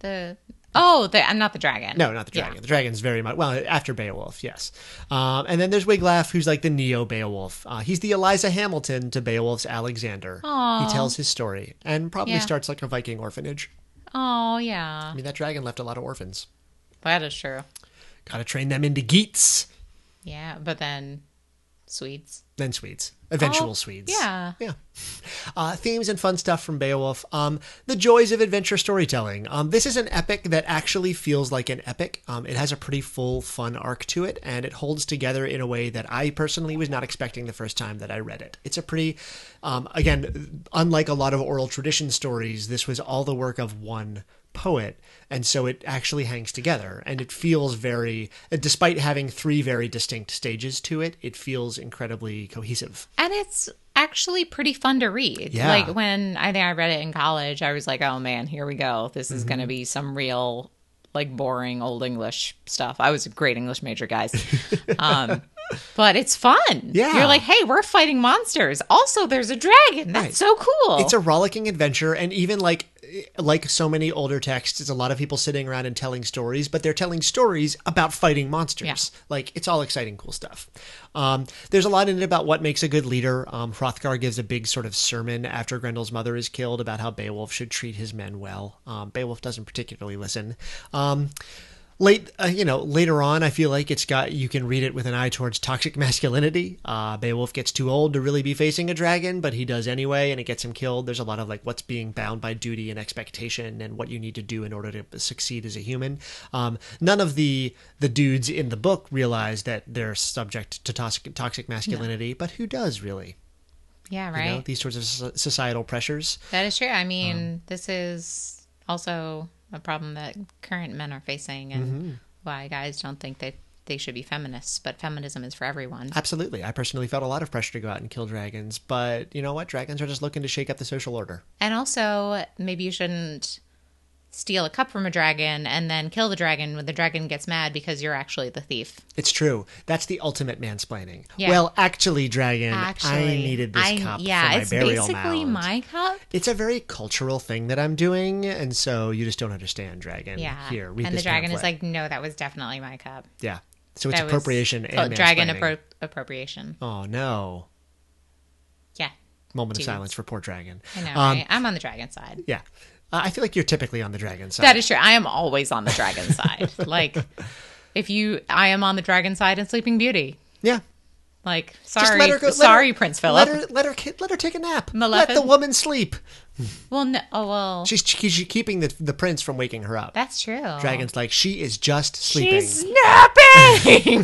S2: the oh, the I'm not the dragon.
S1: No, not the
S2: Yeah.
S1: dragon. The dragon's very much well after Beowulf, yes. Um, and then there's Wiglaf, who's like the neo Beowulf. Uh, he's the Eliza Hamilton to Beowulf's Alexander. He tells his story and probably
S2: Yeah.
S1: starts like a Viking orphanage.
S2: Oh yeah,
S1: I mean, that dragon left a lot of orphans.
S2: that is true.
S1: Gotta train them into Geats,
S2: Yeah, but then Swedes.
S1: then Swedes, eventual
S2: Oh,
S1: Swedes.
S2: yeah.
S1: Yeah. Uh, themes and fun stuff from Beowulf. Um, the joys of adventure storytelling. Um, this is an epic that actually feels like an epic. Um, it has a pretty full, fun arc to it, and it holds together in a way that I personally was not expecting the first time that I read it. It's a pretty, um, again, unlike a lot of oral tradition stories, this was all the work of one poet and so it actually hangs together and it feels very despite having three very distinct stages to it it feels incredibly cohesive
S2: and it's actually pretty fun to read.
S1: Yeah.
S2: Like when I think I read it in college, I was like, "Oh man, here we go. This is
S1: Mm-hmm.
S2: going to be some real like boring old English stuff." I was a great English major, guys. um, but it's fun.
S1: Yeah.
S2: you're like, "Hey, we're fighting monsters. Also, there's a dragon. That's so cool."
S1: it's a rollicking adventure and even like like so many older texts, it's a lot of people sitting around and telling stories, but they're telling stories about fighting monsters. Like it's all exciting, cool stuff. Um, there's a lot in it about what makes a good leader. Um, Hrothgar gives a big sort of sermon after Grendel's mother is killed about how Beowulf should treat his men well. Um, Beowulf doesn't particularly listen. Um, late uh, you know later on i feel like it's got you can read it with an eye towards toxic masculinity uh, beowulf gets too old to really be facing a dragon but he does anyway and it gets him killed there's a lot of like what's being bound by duty and expectation and what you need to do in order to succeed as a human um, none of the the dudes in the book realize that they're subject to toxic, toxic masculinity but who does really
S2: Yeah,
S1: you
S2: right.
S1: know Um, these sorts of so- societal pressures
S2: that is true. I mean, this is also a problem that current men are facing and
S1: Mm-hmm.
S2: why guys don't think that they should be feminists, but feminism is for everyone.
S1: absolutely i personally felt a lot of pressure to go out and kill dragons but you know what dragons are just looking to shake up the social order
S2: And also, maybe you shouldn't steal a cup from a dragon and then kill the dragon when the dragon gets mad because you're actually the thief.
S1: It's true. That's the ultimate mansplaining.
S2: Yeah.
S1: Well, actually, dragon,
S2: Actually,
S1: I needed this
S2: I-
S1: cup
S2: Yeah,
S1: for my
S2: it's
S1: burial
S2: basically
S1: mound.
S2: my cup.
S1: It's a very cultural thing that I'm doing, and so you just don't understand, dragon.
S2: Yeah.
S1: Here, read
S2: and
S1: this
S2: the dragon
S1: pamphlet.
S2: is like, no, that was definitely my cup.
S1: yeah. So it's
S2: That was
S1: appropriation
S2: cult-
S1: and
S2: dragon
S1: mansplaining.
S2: appro- appropriation.
S1: Oh no!
S2: Yeah,
S1: Moment
S2: Dudes.
S1: of silence for poor dragon.
S2: I know.
S1: Um,
S2: right? I'm on the dragon side.
S1: Yeah, uh, I feel like you're typically on the dragon side.
S2: That is true. I am always on the dragon side. like, if you, I am on the dragon side in Sleeping Beauty.
S1: yeah.
S2: Like,
S1: Just
S2: sorry,
S1: let her go. let
S2: sorry,
S1: her-
S2: Prince
S1: Let
S2: Philip.
S1: her, let her, ki- let her take a nap. Let
S2: Maleficent?
S1: the woman sleep.
S2: well, no, oh well,
S1: She's, she's keeping the the prince from waking her up.
S2: that's true.
S1: Dragon's like she is just sleeping.
S2: Oh. She's snapping.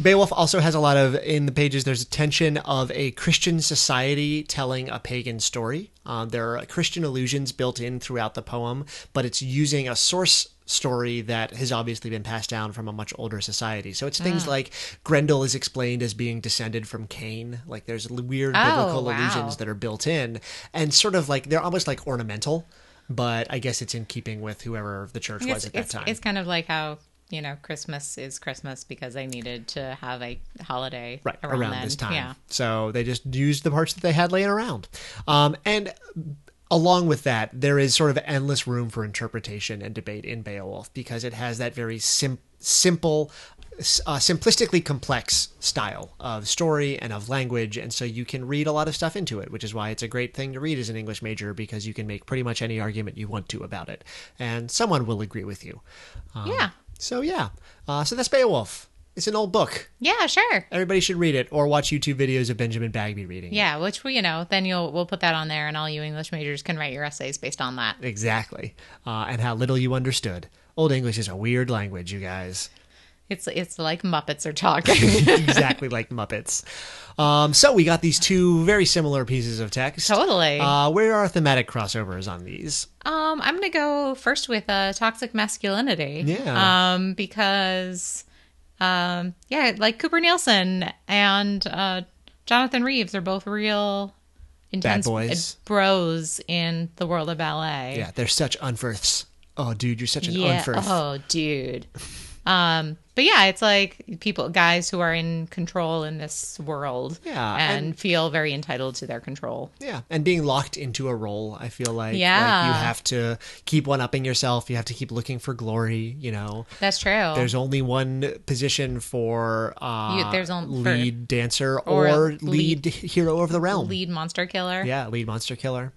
S1: Beowulf also has a lot of in the pages. There's a tension of a Christian society telling a pagan story. Um, there are Christian allusions built in throughout the poem, but it's using a source story that has obviously been passed down from a much older society. So it's
S2: Ah.
S1: things like Grendel is explained as being descended from Cain. Like there's l- weird
S2: Oh,
S1: biblical
S2: wow.
S1: allusions that are built in, and sort of like they're almost like ornamental. But I guess it's in keeping with whoever the church was
S2: it's,
S1: at that
S2: it's,
S1: time.
S2: it's kind of like how you know Christmas is Christmas because they needed to have a holiday
S1: right
S2: around,
S1: around,
S2: then.
S1: this time.
S2: Yeah,
S1: So they just used the parts that they had laying around. Um, and along with that, there is sort of endless room for interpretation and debate in Beowulf because it has that very sim- simple. s- Uh, simplistically complex style of story and of language, and so you can read a lot of stuff into it, which is why it's a great thing to read as an English major because you can make pretty much any argument you want to about it, and someone will agree with you. Um,
S2: Yeah.
S1: So yeah, uh, so that's Beowulf. It's an old book.
S2: yeah, sure.
S1: Everybody should read it or watch YouTube videos of Benjamin Bagby reading. it.
S2: Yeah, which we, you know, then you'll we'll put that on there, and all you English majors can write your essays based on that.
S1: Exactly. Uh, and how little you understood. Old English is a weird language, you guys.
S2: It's it's like Muppets are talking.
S1: exactly like Muppets. Um, so we got these two very similar pieces of text.
S2: Totally.
S1: Uh, where are thematic crossovers on these?
S2: um, I'm gonna go first with uh, toxic masculinity.
S1: Yeah.
S2: Um, because, um, yeah, like Cooper Nielsen and uh, Jonathan Reeves are both real intense
S1: boys.
S2: bros in the world of ballet.
S1: Yeah, they're such unfirths. Oh, dude, you're such an
S2: Yeah.
S1: unfirth.
S2: Oh, dude. Um, but yeah, it's like people, guys who are in control in this world,
S1: Yeah,
S2: and, feel very entitled to their control.
S1: Yeah, and being locked into a role, I feel like, like you
S2: Yeah.
S1: have to keep one upping yourself. You have to keep looking for glory, you know.
S2: That's true.
S1: There's only one position for uh,
S2: You- there's on- for-
S1: lead dancer or,
S2: or
S1: lead,
S2: lead-
S1: hero of the realm.
S2: lead monster killer.
S1: Yeah, lead monster killer.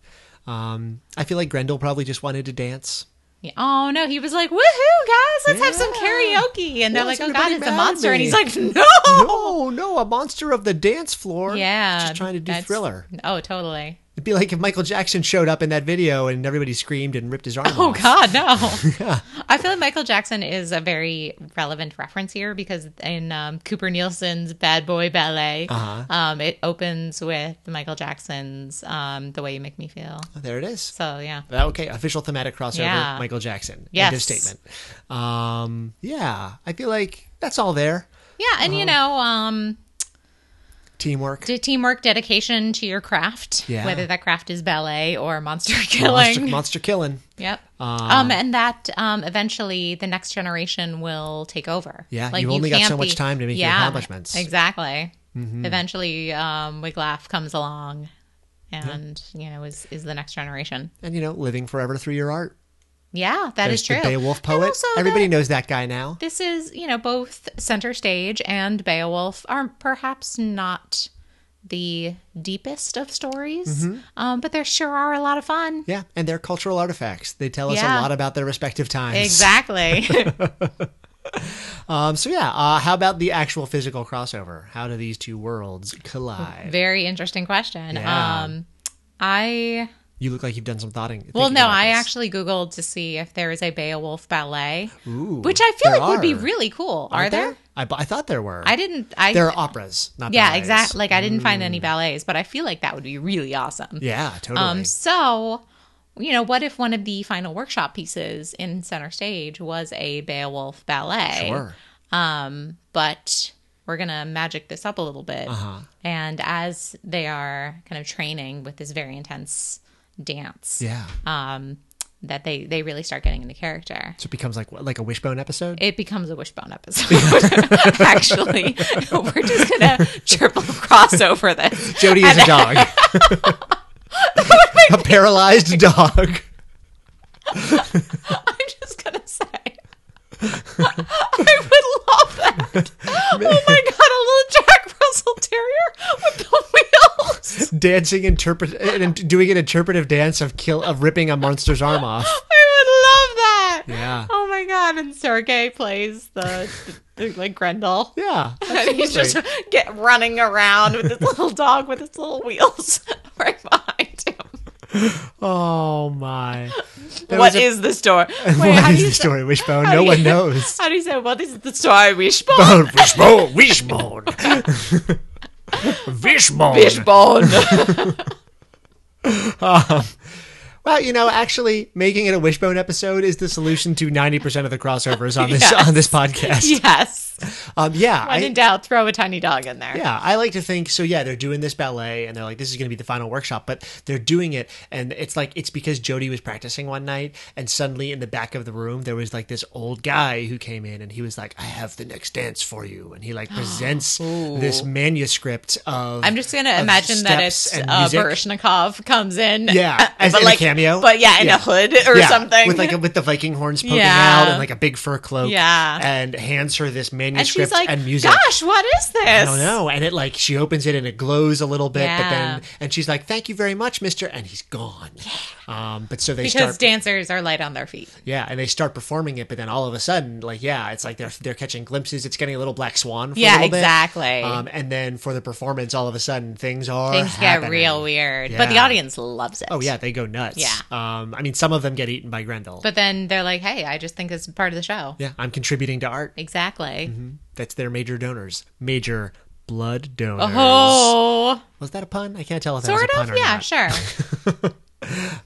S1: Um, I feel like Grendel probably just wanted to dance.
S2: Yeah. Oh no, he was like, "Woohoo, guys, let's have some
S1: Yeah.
S2: karaoke!" And they're
S1: Why is
S2: like, "Oh God,
S1: everybody
S2: it's
S1: mad
S2: a
S1: at
S2: monster!" And
S1: me?
S2: he's like, "No."
S1: No, Oh, no, a monster of the dance floor.
S2: Oh. Yeah,
S1: just trying to do
S2: that's-
S1: thriller.
S2: Oh, totally.
S1: It'd be like if Michael Jackson showed up in that video and everybody screamed and ripped his arm
S2: Oh
S1: off.
S2: God, no. I feel like Michael Jackson is a very relevant reference here because in um, Cooper Nielsen's Bad Boy Ballet,
S1: Uh-huh.
S2: um, it opens with Michael Jackson's um, "The Way You Make Me Feel."
S1: Oh, There it is.
S2: So yeah,
S1: Okay, official thematic crossover.
S2: Yeah.
S1: Michael Jackson.
S2: Yes.
S1: End of statement. Um, yeah, I feel like that's all there.
S2: yeah, and
S1: Uh-huh.
S2: you know, um,
S1: Teamwork.
S2: d- teamwork, dedication to your craft,
S1: Yeah.
S2: whether that craft is ballet or monster killing.
S1: Monster, monster killing.
S2: Yep.
S1: Um,
S2: Um, and that um, eventually the next generation will take over.
S1: Yeah, you've only got
S2: can't
S1: so much time to make Mm-hmm. your accomplishments.
S2: Exactly. Eventually, um, Wiglaf comes along and you know is is the next generation.
S1: And you know, living forever through your art.
S2: Yeah, that is
S1: There's
S2: true.
S1: the Beowulf
S2: And
S1: poet.
S2: also
S1: Everybody
S2: that
S1: knows that guy now.
S2: This is you know both center stage and Beowulf are perhaps not the deepest of stories,
S1: Mm-hmm.
S2: um, but there sure are a lot of fun.
S1: Yeah, and they're cultural artifacts. They tell us a
S2: Yeah.
S1: lot about their respective times.
S2: Exactly.
S1: Um, so yeah, uh, how about the actual physical crossover? How do these two worlds collide?
S2: Very interesting question.
S1: Yeah.
S2: Um, I
S1: You look like you've done some thoughting.
S2: well,
S1: thinking
S2: no,
S1: about
S2: I
S1: this.
S2: actually googled to see if there is a Beowulf ballet,
S1: Ooh,
S2: which I feel
S1: there
S2: like would be
S1: are.
S2: really cool.
S1: Aren't
S2: Are there?
S1: I, bu- I thought there were.
S2: I didn't. I
S1: there are operas, not
S2: yeah,
S1: ballets.
S2: exactly. Like I didn't find any ballets, but I feel like that would be really awesome.
S1: Yeah, totally.
S2: Um, so you know, what if one of the final workshop pieces in center stage was a Beowulf ballet?
S1: sure.
S2: Um, but we're gonna magic this up a little bit. And as they are kind of training with this very intense dance,
S1: Yeah.
S2: um, that they they really start getting into character.
S1: so it becomes like like a wishbone episode.
S2: It becomes a wishbone episode. Actually, we're just gonna triple cross over this.
S1: Jody is a dog. a paralyzed dog.
S2: I'm just gonna say. I would love that. Oh my god, a little Jack Russell Terrier with the wheels.
S1: dancing interpret and doing an interpretive dance of kill of ripping a monster's arm off.
S2: I would love that.
S1: Yeah.
S2: Oh my god! And Sergey plays the, the, the like Grendel.
S1: Yeah.
S2: And he's just get running around with his little dog with his little wheels right behind him.
S1: Oh my. That
S2: What
S1: was a-
S2: is the story? Wait,
S1: what
S2: how do
S1: is
S2: you
S1: the
S2: say?
S1: story, Wishbone?
S2: how
S1: No
S2: do you-
S1: one knows.
S2: How do you say? What is the story? Wishbone.
S1: Oh, Wishbone, Wishbone, Wishbone.
S2: Wishbone.
S1: Well, you know, actually, making it a Wishbone episode is the solution to ninety percent of the crossovers on this
S2: Yes.
S1: on this podcast.
S2: yes.
S1: Um, yeah,
S2: When
S1: I-
S2: in doubt, throw a tiny dog in there.
S1: Yeah, I like to think so. Yeah, they're doing this ballet, and they're like, "This is going to be the final workshop," but they're doing it, and it's like it's because Jody was practicing one night, and suddenly in the back of the room there was like this old guy who came in, and he was like, "I have the next dance for you," and he like presents this manuscript of.
S2: I'm just gonna
S1: of
S2: imagine that
S1: steps
S2: it's
S1: and
S2: uh,
S1: music.
S2: Barishnikov comes in,
S1: Yeah, as
S2: but
S1: in a
S2: like
S1: cameo?
S2: but yeah, in
S1: Yeah.
S2: a hood or
S1: Yeah,
S2: something,
S1: with like a, with the Viking horns poking
S2: Yeah.
S1: out and like a big fur cloak,
S2: Yeah.
S1: and hands her this
S2: and
S1: manuscript
S2: she's like,
S1: music.
S2: "Gosh, what is this?"
S1: I don't know. And it like she opens it and it glows a little bit, but
S2: Yeah.
S1: then and she's like, "Thank you very much, Mister," and he's gone. Um, but so they
S2: because
S1: start,
S2: dancers are light on their feet.
S1: yeah, and they start performing it, but then all of a sudden, like, yeah, it's like they're they're catching glimpses. It's getting a little black swan. For a
S2: Yeah,
S1: little bit.
S2: exactly.
S1: Um, and then for the performance, all of a sudden, things are
S2: Things
S1: happening.
S2: get real weird, but the
S1: Yeah.
S2: audience loves it.
S1: Oh yeah, they go nuts.
S2: Yeah.
S1: Um, I mean, some of them get eaten by Grendel.
S2: but then they're like, "Hey, I just think this is part of the show."
S1: yeah, Mm-hmm. I'm contributing to art.
S2: Exactly.
S1: That's their major donors, major blood donors.
S2: Oh,
S1: Was that a pun? I can't tell if that
S2: sort
S1: was a pun
S2: of.
S1: or
S2: Yeah,
S1: not.
S2: sure.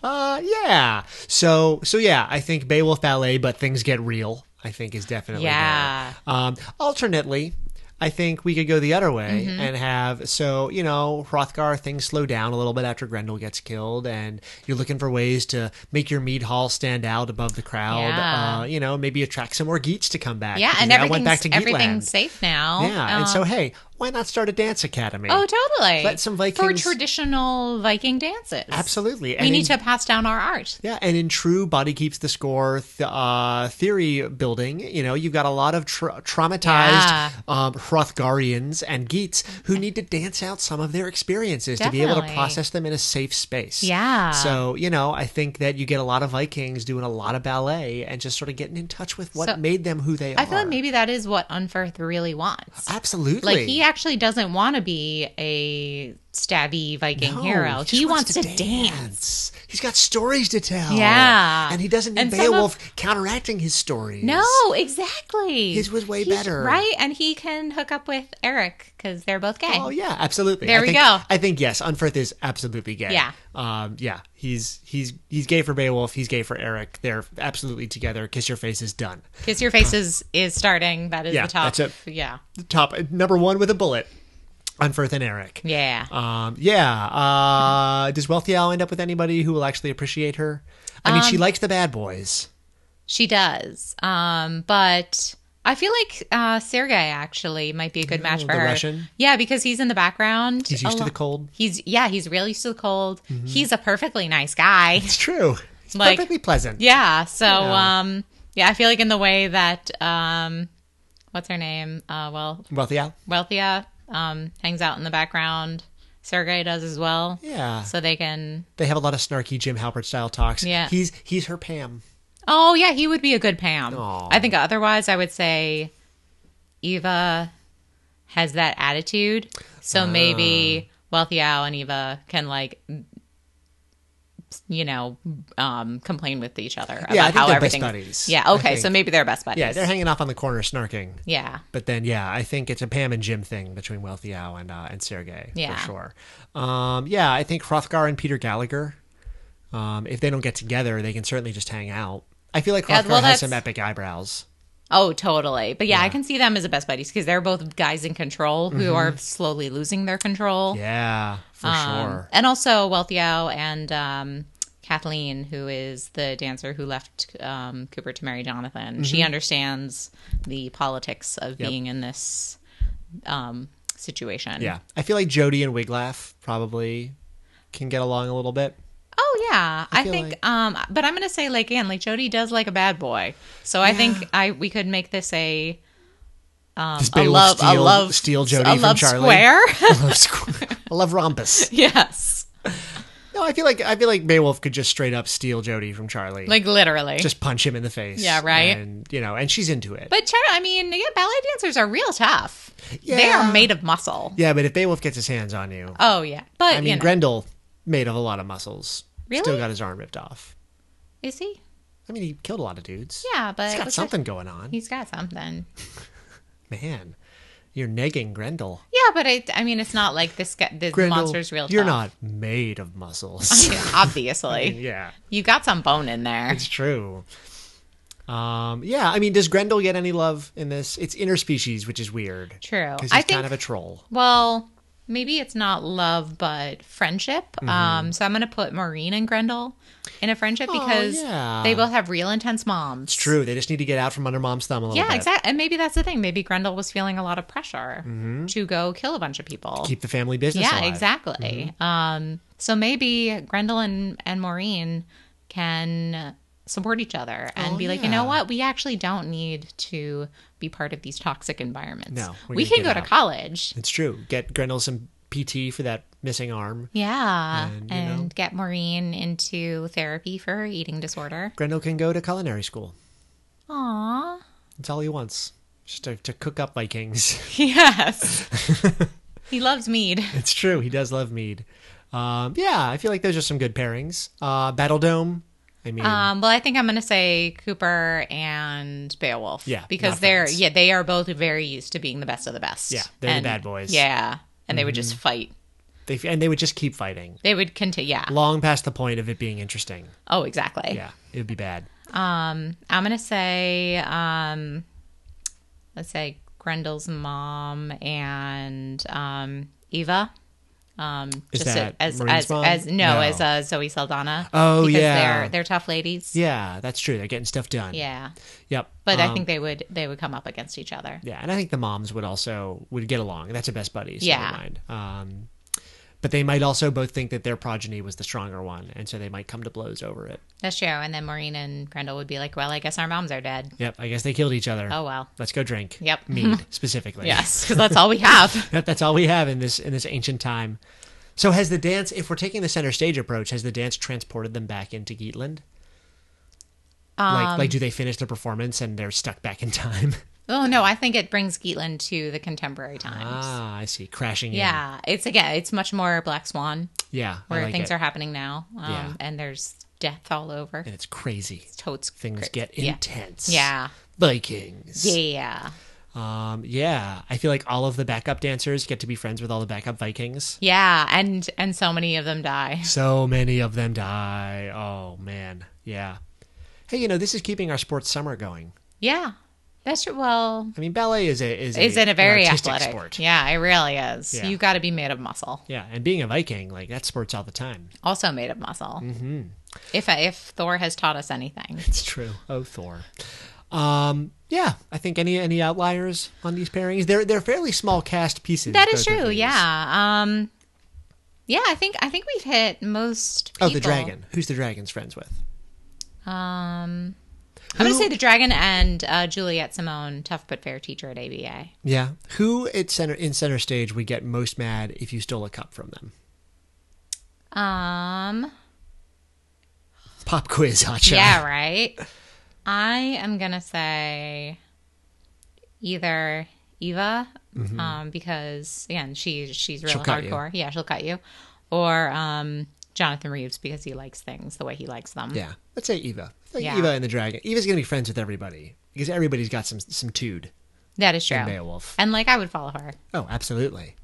S1: Uh, yeah. So, so yeah, I think Beowulf ballet, but things get real. I think is definitely there.
S2: Yeah.
S1: Um, alternately, I think we could go the other way
S2: Mm-hmm.
S1: and have so you know Hrothgar things slow down a little bit after Grendel gets killed, and you're looking for ways to make your mead hall stand out above the crowd.
S2: Yeah.
S1: Uh, you know, maybe attract some more Geats to come back.
S2: Yeah,
S1: because
S2: and
S1: they all went
S2: everything's
S1: back to
S2: everything's
S1: Geatland.
S2: safe now.
S1: Yeah, and so
S2: Um,
S1: hey, why not start a dance academy?
S2: oh, totally.
S1: let some
S2: for
S1: Vikings-
S2: traditional Viking dances.
S1: absolutely.
S2: We
S1: And
S2: need
S1: in-
S2: to pass down our art.
S1: Yeah, and in true body keeps the score th- uh, theory building, you know, you've got a lot of tra- traumatized
S2: Yeah.
S1: um, Hrothgarians and Geats who need to dance out some of their experiences to be able to
S2: Definitely.
S1: process them in a safe space.
S2: Yeah.
S1: So you know, I think that you get a lot of Vikings doing a lot of ballet and just sort of getting in touch with what
S2: So-
S1: made them who they are.
S2: I feel like maybe that is what Unferth really wants.
S1: absolutely
S2: Like he actually doesn't want to be a stabby Viking
S1: No,
S2: hero. He,
S1: Oh, just
S2: wants, to dance.
S1: He's got stories to tell.
S2: Yeah.
S1: and he doesn't need
S2: And some of-
S1: Beowulf counteracting his stories.
S2: No, exactly.
S1: His was way
S2: He's-
S1: better.
S2: right? And he can hook up with Eric because they're both gay.
S1: Oh yeah, absolutely.
S2: There
S1: I
S2: we
S1: think-
S2: go.
S1: I think yes, Unferth is absolutely gay.
S2: Yeah.
S1: um, yeah. He's he's he's gay for Beowulf. He's gay for Eric. They're absolutely together. Kiss your face is done.
S2: Kiss Your Face is is starting. That is
S1: Yeah,
S2: the top.
S1: that's it.
S2: Yeah,
S1: Top number one with a bullet. Unferth and Eric.
S2: yeah.
S1: Um, yeah. Uh, does Wealthiel end up with anybody who will actually appreciate
S2: Um,
S1: her? I mean, she likes the bad boys.
S2: She does. Um, but I feel like uh, Sergei actually might be a good match
S1: Oh,
S2: for
S1: the
S2: her.
S1: Russian?
S2: Yeah, because he's in the background.
S1: He's
S2: a
S1: used to
S2: lo-
S1: the cold. Mm-hmm.
S2: He's yeah, he's real used to the cold. He's a perfectly nice guy.
S1: It's true. It's
S2: Like-
S1: perfectly pleasant.
S2: Yeah. So
S1: Yeah.
S2: um yeah, I feel like in the way that um what's her name? Uh well
S1: Wealthy Al.
S2: Wealthia um hangs out in the background. Sergei does as well.
S1: Yeah.
S2: So they can
S1: They have a lot of snarky Jim Halpert style talks.
S2: Yeah.
S1: He's he's her Pam.
S2: Oh yeah, he would be a good Pam.
S1: Aw.
S2: I think otherwise I would say Eva has that attitude.
S1: Ah.
S2: So maybe Wealthy Al and Eva can like you know, um, complain with each other about
S1: Yeah, I think
S2: how
S1: they're best
S2: everything.
S1: buddies, I
S2: Yeah, okay, so
S1: think.
S2: maybe they're best buddies.
S1: Yeah, they're hanging off on the corner snarking.
S2: yeah.
S1: But then, yeah, I think it's a Pam and Jim thing between Wealthy Al and uh, and Sergey
S2: Yeah.
S1: for sure. Um, yeah, I think Hrothgar and Peter Gallagher. Um, if they don't get together, they can certainly just hang out. I feel like
S2: Yeah,
S1: Hrothgar
S2: well,
S1: has
S2: that's-
S1: some epic eyebrows.
S2: Oh, totally. But yeah, I can see them as a best buddies because they're both guys in control who are slowly losing their control.
S1: Mm-hmm. Yeah, for
S2: Um,
S1: sure.
S2: And also Wealthy Al and um, Kathleen, who is the dancer who left um, Cooper to marry Jonathan.
S1: Mm-hmm.
S2: She understands the politics of being in this um, situation.
S1: Yeah, I feel like Jody and Wiglaf probably can get along a little bit.
S2: Oh yeah, I,
S1: feel
S2: think.
S1: like-
S2: Um, but I'm gonna say like again, like Jody does like a bad boy. So I think I we could make this a. Um,
S1: Just
S2: a
S1: Beowulf
S2: love, a
S1: steal-
S2: love,
S1: steal Jody
S2: a
S1: from
S2: love
S1: Charlie.
S2: square.
S1: I love, squ- I love Rompus.
S2: yes,
S1: No, I feel like I feel like Beowulf could just straight up steal Jody from Charlie.
S2: like literally.
S1: just punch him in the face.
S2: Yeah, right.
S1: And you know, and she's into it.
S2: But Char- I mean, yeah, ballet dancers are real tough. They
S1: Yeah.
S2: are made of muscle.
S1: yeah, but if Beowulf gets his hands on you,
S2: Oh yeah, but
S1: I
S2: you
S1: mean,
S2: know,
S1: Grendel made of a lot of muscles.
S2: Really?
S1: Still got his arm ripped off.
S2: is he?
S1: I mean, he killed a lot of dudes.
S2: Yeah, but
S1: He's got
S2: what's
S1: something going on.
S2: That? He's got something.
S1: Man, you're negging Grendel.
S2: Yeah, but I, I mean, it's not like this. Guy, the
S1: Grendel,
S2: monster's real.
S1: You're
S2: tough.
S1: not made of muscles.
S2: Yeah, Obviously,
S1: yeah,
S2: you got some bone in there.
S1: it's true. Um, yeah, I mean, does Grendel get any love in this? It's interspecies, which is weird.
S2: True.
S1: Because he's
S2: I think.
S1: kind of a troll.
S2: well, maybe it's not love, but friendship.
S1: Mm-hmm.
S2: Um, so I'm gonna put Maureen and Grendel in a friendship because
S1: Oh, yeah.
S2: they both have real intense moms.
S1: It's true. They just need to get out from under mom's thumb a little
S2: Yeah,
S1: bit.
S2: exactly. And maybe that's the thing. Maybe Grendel was feeling a lot of pressure
S1: Mm-hmm.
S2: to go kill a bunch of people.
S1: Keep the family business
S2: yeah,
S1: alive. Mm-hmm.
S2: exactly. Um, so maybe Grendel and, and Maureen can support each other and
S1: Oh,
S2: be like, you know
S1: yeah.
S2: what? We actually don't need to be part of these toxic environments.
S1: No, we're
S2: we
S1: gonna
S2: can go
S1: get
S2: to
S1: out."
S2: college.
S1: It's true. Get Grendel some PT for that missing arm.
S2: Yeah.
S1: And,
S2: And,
S1: you know.
S2: get Maureen into therapy for her eating disorder.
S1: Grendel can go to culinary school.
S2: Aw.
S1: That's all he wants. Just to, to cook up Vikings.
S2: Yes. he loves mead.
S1: it's true. He does love mead. Um, yeah, I feel like those are some good pairings. Uh, Battle Dome. I mean,
S2: Um, well, I think I'm going to say Cooper and Beowulf.
S1: Yeah,
S2: because
S1: not
S2: they're
S1: friends.
S2: yeah they are both very used to being the best of the best.
S1: Yeah, they're the
S2: And-
S1: bad boys. Mm-hmm.
S2: Yeah, and they would just fight.
S1: they and they would just keep fighting
S2: They would continue. Yeah.
S1: long past the point of it being interesting.
S2: Oh, exactly.
S1: Yeah, it would be bad.
S2: Um, I'm going to say um, let's say Grendel's mom and um Eva. Um,
S1: Is
S2: just
S1: that
S2: as
S1: Maureen's
S2: as,
S1: mom?
S2: as no,
S1: No.
S2: as uh, Zoe Saldana.
S1: Oh,
S2: because
S1: yeah.
S2: they're they're tough ladies.
S1: Yeah, that's true. They're getting stuff done.
S2: Yeah.
S1: Yep.
S2: But I
S1: Um,
S2: think they would they would come up against each other.
S1: Yeah, and I think the moms would also would get along. That's a best buddies.
S2: Yeah.
S1: Never mind. Um, but they might also both think that their progeny was the stronger one, and so they might come to blows over it.
S2: That's true. And then Maureen and Grendel would be like, well, I guess our moms are dead.
S1: Yep. I guess they killed each other.
S2: Oh, well.
S1: Let's go drink.
S2: Yep.
S1: Mead specifically.
S2: Yes, because that's all we have.
S1: Yep, That's all we have in this in this ancient time. So has the dance, if we're taking the center stage approach, has the dance transported them back into Geatland? like, like, do
S2: Um,
S1: they finish their performance and they're stuck back in time?
S2: Oh, no, I think it brings Geatland to the contemporary times.
S1: ah, I see. Crashing in.
S2: yeah, it's again, it's much more Black Swan
S1: Yeah. I
S2: where
S1: like
S2: things
S1: it.
S2: are happening now. Um,
S1: Yeah.
S2: And there's death all over.
S1: And it's crazy.
S2: Totes.
S1: Things get
S2: yeah.
S1: intense.
S2: Yeah.
S1: Vikings.
S2: Yeah.
S1: Um, yeah, I feel like all of the backup dancers get to be friends with all the backup Vikings.
S2: Yeah. And and so many of them die.
S1: So many of them die. Oh man, yeah. Hey, you know this is keeping our sports summer going.
S2: Yeah. That's true. Well,
S1: I mean, ballet is a is
S2: it's
S1: a,
S2: in a very
S1: an artistic
S2: athletic.
S1: sport.
S2: Yeah, it really is.
S1: Yeah.
S2: you got to be made of muscle.
S1: Yeah, and being a Viking, like that's sports all the time.
S2: Also made of muscle. Mm-hmm. If if Thor has taught us anything.
S1: It's true. Oh, Thor. Um, yeah, I think any any outliers on these pairings? They're they're fairly small cast pieces.
S2: That is
S1: both of
S2: true.
S1: these.
S2: Yeah. Um, yeah, I think I think we've hit most. People.
S1: Oh, the dragon. Who's the dragon's friends with?
S2: Um, I'm gonna
S1: Who-
S2: say the dragon and uh, Juliet Simone, tough but fair teacher at ABA.
S1: Yeah, who at center in center stage would get most mad if you stole a cup from them?
S2: Um,
S1: Pop quiz, hotshot.
S2: yeah, right. I am gonna say either Eva, um, because again, she she's real
S1: Mm-hmm. She'll cut you.
S2: hardcore. Yeah, she'll cut you, or um, Jonathan Reeves because he likes things the way he likes them.
S1: Yeah, let's say Eva. I think
S2: Yeah.
S1: Eva and the dragon. Eva's gonna be friends with everybody because everybody's got some some tood
S2: that is true.
S1: in Beowulf.
S2: And like, I would follow her.
S1: Oh, absolutely.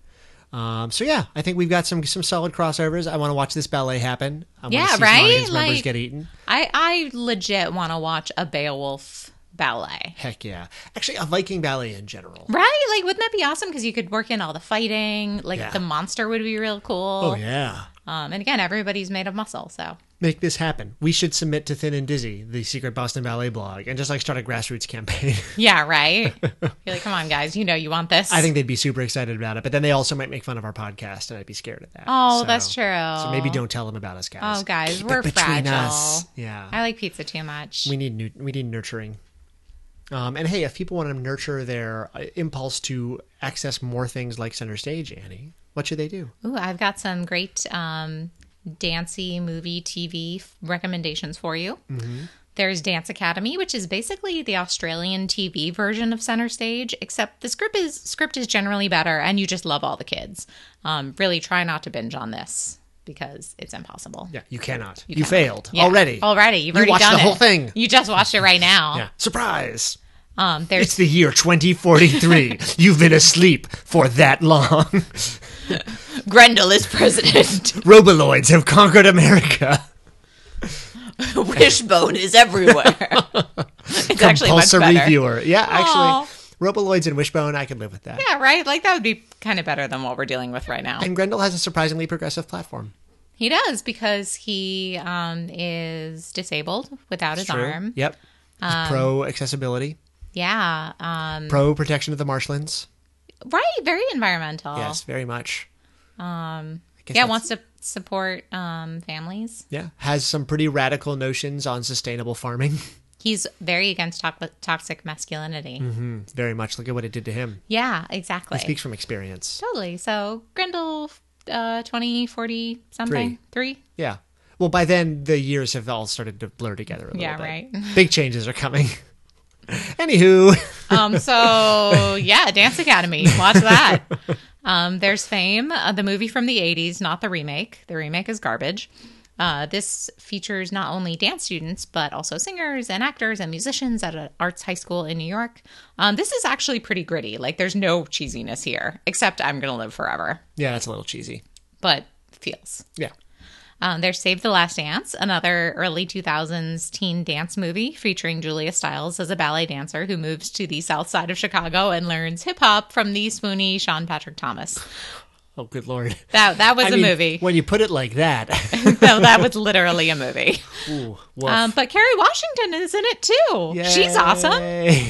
S1: Um, so yeah, I think we've got some some solid crossovers. I want to watch this ballet happen. I want
S2: Yeah,
S1: to see
S2: right?
S1: some audience members
S2: Like-
S1: get eaten.
S2: I I legit want to watch a Beowulf ballet.
S1: Heck yeah! Actually, a Viking ballet in general.
S2: Right? Like, wouldn't that be awesome? Because you could work in all the fighting. Like,
S1: Yeah.
S2: the monster would be real cool.
S1: Oh yeah.
S2: Um, and again, everybody's made of muscle, so
S1: Make this happen. We should submit to Thin and Dizzy, the secret Boston Ballet blog, and just like start a grassroots campaign.
S2: yeah, right. You're like, come on, guys, you know you want this.
S1: I think they'd be super excited about it, but then they also might make fun of our podcast, and I'd be scared of that.
S2: Oh,
S1: So-
S2: that's true.
S1: So maybe don't tell them about us, guys.
S2: Oh, guys,
S1: Keep it
S2: we're
S1: between
S2: fragile.
S1: us. Yeah,
S2: I like pizza too much.
S1: we need nu- we need nurturing. Um, and hey, if people want to nurture their uh, impulse to access more things like center stage, Annie, what should they do?
S2: Ooh, I've got some great um, dancey movie TV f- recommendations for you.
S1: Mm-hmm.
S2: There's Dance Academy, which is basically the Australian TV version of Center Stage, except the script is script is generally better, and you just love all the kids. Um, really, try not to binge on this because it's impossible.
S1: Yeah, you cannot. You,
S2: cannot.
S1: failed
S2: Yeah.
S1: already.
S2: Already, you've
S1: You
S2: already
S1: watched
S2: done
S1: the
S2: it.
S1: whole thing.
S2: You just watched it right now.
S1: Yeah, surprise!
S2: Um, there's
S1: It's the year 2043. You've been asleep for that long.
S2: Grendel is president.
S1: Roboloids have conquered America.
S2: Wishbone is everywhere. it's actually much
S1: Compulsory
S2: better.
S1: viewer. Yeah,
S2: Aw.
S1: actually, Roboloids and Wishbone, I can live with that.
S2: Yeah, right. Like that would be kind of better than what we're dealing with right now.
S1: And Grendel has a surprisingly progressive platform.
S2: He does because he um, is disabled without his arm.
S1: Yep. He's
S2: Um,
S1: pro accessibility,
S2: Yeah. Um,
S1: pro protection of the marshlands.
S2: right. Very environmental.
S1: Yes, very much. Um,
S2: Yeah. Wants to support um, families.
S1: yeah, has some pretty radical notions on sustainable farming.
S2: He's very against to- toxic masculinity.
S1: Mm-hmm. very much. Look at what it did to him.
S2: Yeah. Exactly.
S1: Speaks from experience.
S2: totally. So Grendel, uh, twenty forty something three.
S1: Yeah. Well, by then the years have all started to blur together a little
S2: Yeah,
S1: bit.
S2: right.
S1: Big changes are coming. Anywho,
S2: Um, so yeah, Dance Academy, watch that. Um, there's Fame, uh, the movie from the '80s, not the remake. The remake is garbage. Uh, this features not only dance students but also singers and actors and musicians at an arts high school in New York. Um, this is actually pretty gritty. Like, there's no cheesiness here, except "I'm Gonna Live Forever,"
S1: yeah, that's a little cheesy.
S2: but feels.
S1: Yeah.
S2: Um, there's Save the Last Dance, another early 2000s teen dance movie featuring Julia Stiles as a ballet dancer who moves to the south side of Chicago and learns hip hop from the swoony Sean Patrick Thomas.
S1: Oh, good lord.
S2: That that was
S1: I
S2: a
S1: mean,
S2: movie.
S1: When you put it like that,
S2: no, that was literally a movie.
S1: ooh,
S2: Um, but Carrie Washington is in it too. She's awesome.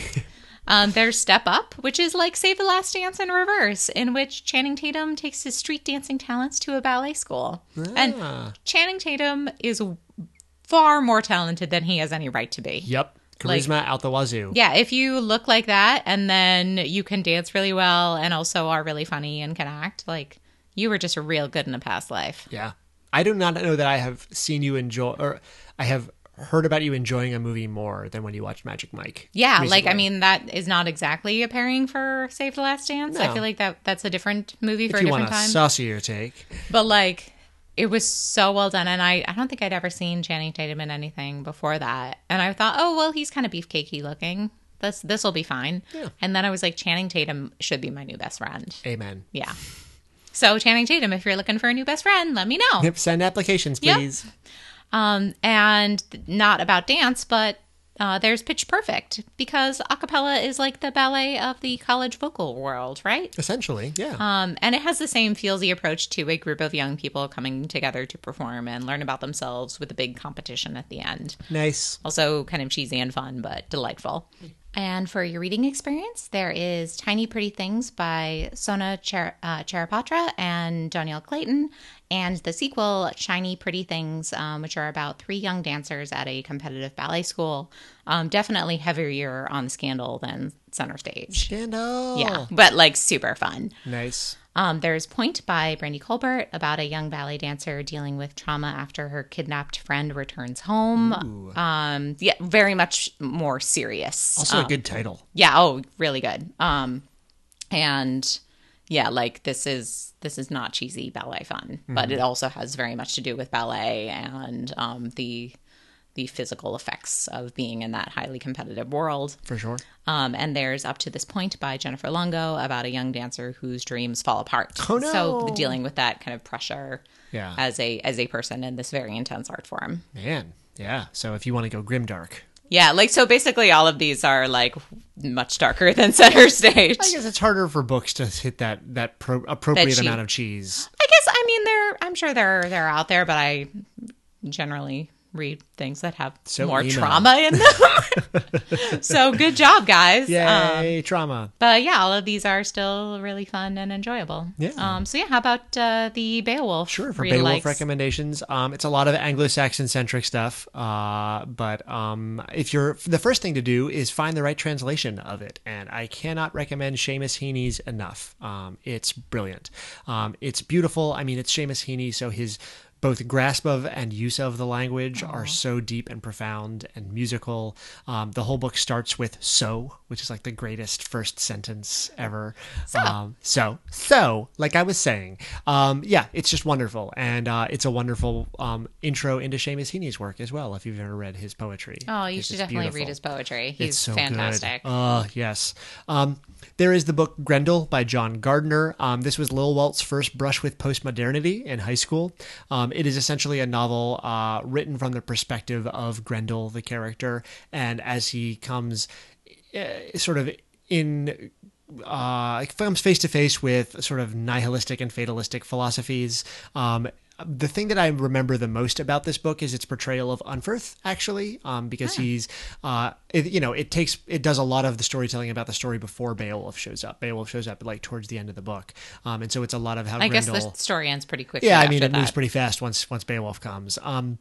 S2: Um, there's Step Up, which is like Save the Last Dance in reverse, in which Channing Tatum takes his street dancing talents to a ballet school.
S1: Ah.
S2: And Channing Tatum is far more talented than he has any right to be.
S1: Yep.
S2: Like-
S1: Charisma out the wazoo.
S2: Yeah, if you look like that and then you can dance really well and also are really funny and can act, like you were just real good in a past life.
S1: Yeah. I do not know that I have seen you enjoy, or I have heard about you enjoying a movie more than when you watched Magic Mike.
S2: Yeah, like I
S1: recently.
S2: mean that is not exactly a pairing for Save the Last Dance. I
S1: No.
S2: feel like that that's a different movie for
S1: if
S2: a
S1: you
S2: different
S1: want a
S2: time.
S1: saucier take,
S2: But like it was so well done and I, I don't think I'd ever seen Channing Tatum in anything before that. And I thought, oh well he's kind of beefcakey looking. This this'll be fine. And then I was like, Channing Tatum should be my new best friend.
S1: amen.
S2: Yeah. So Channing Tatum, if you're looking for a new best friend, let me know.
S1: Yep, send applications,
S2: Yep.
S1: please.
S2: Um, and not about dance, but Uh, there's Pitch Perfect because a cappella is like the ballet of the college vocal world, right?
S1: Essentially, yeah.
S2: Um, and it has the same feelsy approach to a group of young people coming together to perform and learn about themselves with a big competition at the end.
S1: nice.
S2: Also, kind of cheesy and fun, but delightful. And for your reading experience, there is Tiny Pretty Things by Sona Char- uh, Charapatra and Danielle Clayton, and the sequel, Shiny Pretty Things, um, which are about three young dancers at a competitive ballet school. Um, definitely heavier on scandal than center stage.
S1: Chandel.
S2: Yeah, but like super fun.
S1: Nice.
S2: Um, there's Point by Brandy Colbert about a young ballet dancer dealing with trauma after her kidnapped friend returns home. Um, yeah, very much more serious.
S1: Also a good title.
S2: Yeah, oh, really good. Um, and yeah, like this is this is not cheesy ballet fun, but it also has very much to do with ballet and um, the the physical effects of being in that highly competitive world.
S1: For sure.
S2: Um, and there's Up to This Point by Jennifer Longo about a young dancer whose dreams fall apart.
S1: Oh, no.
S2: So dealing with that kind of pressure
S1: Yeah.
S2: as a as a person in this very intense art form.
S1: Man. Yeah. So if you want to go grimdark.
S2: Yeah, like so basically all of these are like much darker than center stage.
S1: I guess it's harder for books to hit that that pro- appropriate
S2: That cheap.
S1: amount of cheese.
S2: I guess I mean they're I'm sure they're they're out there, but I generally read things that have
S1: So
S2: more
S1: emo.
S2: trauma in them. so good job, guys. Um,
S1: Yay, trauma.
S2: But yeah, all of these are still really fun and enjoyable.
S1: Yeah.
S2: Um. So yeah, how about uh, the Beowulf?
S1: Sure, for
S2: real
S1: Beowulf
S2: likes?
S1: recommendations, um, it's a lot of Anglo-Saxon centric stuff. Uh, but um, if you're the first thing to do is find the right translation of it, and I cannot recommend Seamus Heaney's enough. Um, it's brilliant. Um, it's beautiful. I mean, it's Seamus Heaney, so his both grasp of and use of the language
S2: Uh-huh.
S1: are so deep and profound and musical. Um, the whole book starts with "so," which is like the greatest first sentence ever. So, um, so, so, like I was saying, um, yeah, it's just wonderful, and uh, it's a wonderful um, intro into Seamus Heaney's work as well. If you've ever read his poetry,
S2: Oh, you
S1: It's
S2: should
S1: just
S2: definitely read
S1: beautiful.
S2: his poetry. He's
S1: It's so
S2: fantastic.
S1: Good. Oh, yes. Um, there is the book Grendel by John Gardner. Um, this was Lil Walt's first brush with postmodernity in high school. Um, it is essentially a novel uh, written from the perspective of Grendel, the character, and as he comes uh, sort of in uh, it comes face to face with sort of nihilistic and fatalistic philosophies. Um, the thing that I remember the most about this book is its portrayal of Unferth, actually, um,
S2: Ah.
S1: because he's, uh, it, you know, it takes, it does a lot of the storytelling about the story before Beowulf shows up. Beowulf shows up like towards the end of the book, um, and so it's a lot of how
S2: I guess
S1: Grendel.
S2: the story ends pretty quickly.
S1: yeah, I
S2: after
S1: mean, it
S2: that.
S1: moves pretty fast once once Beowulf comes. Um,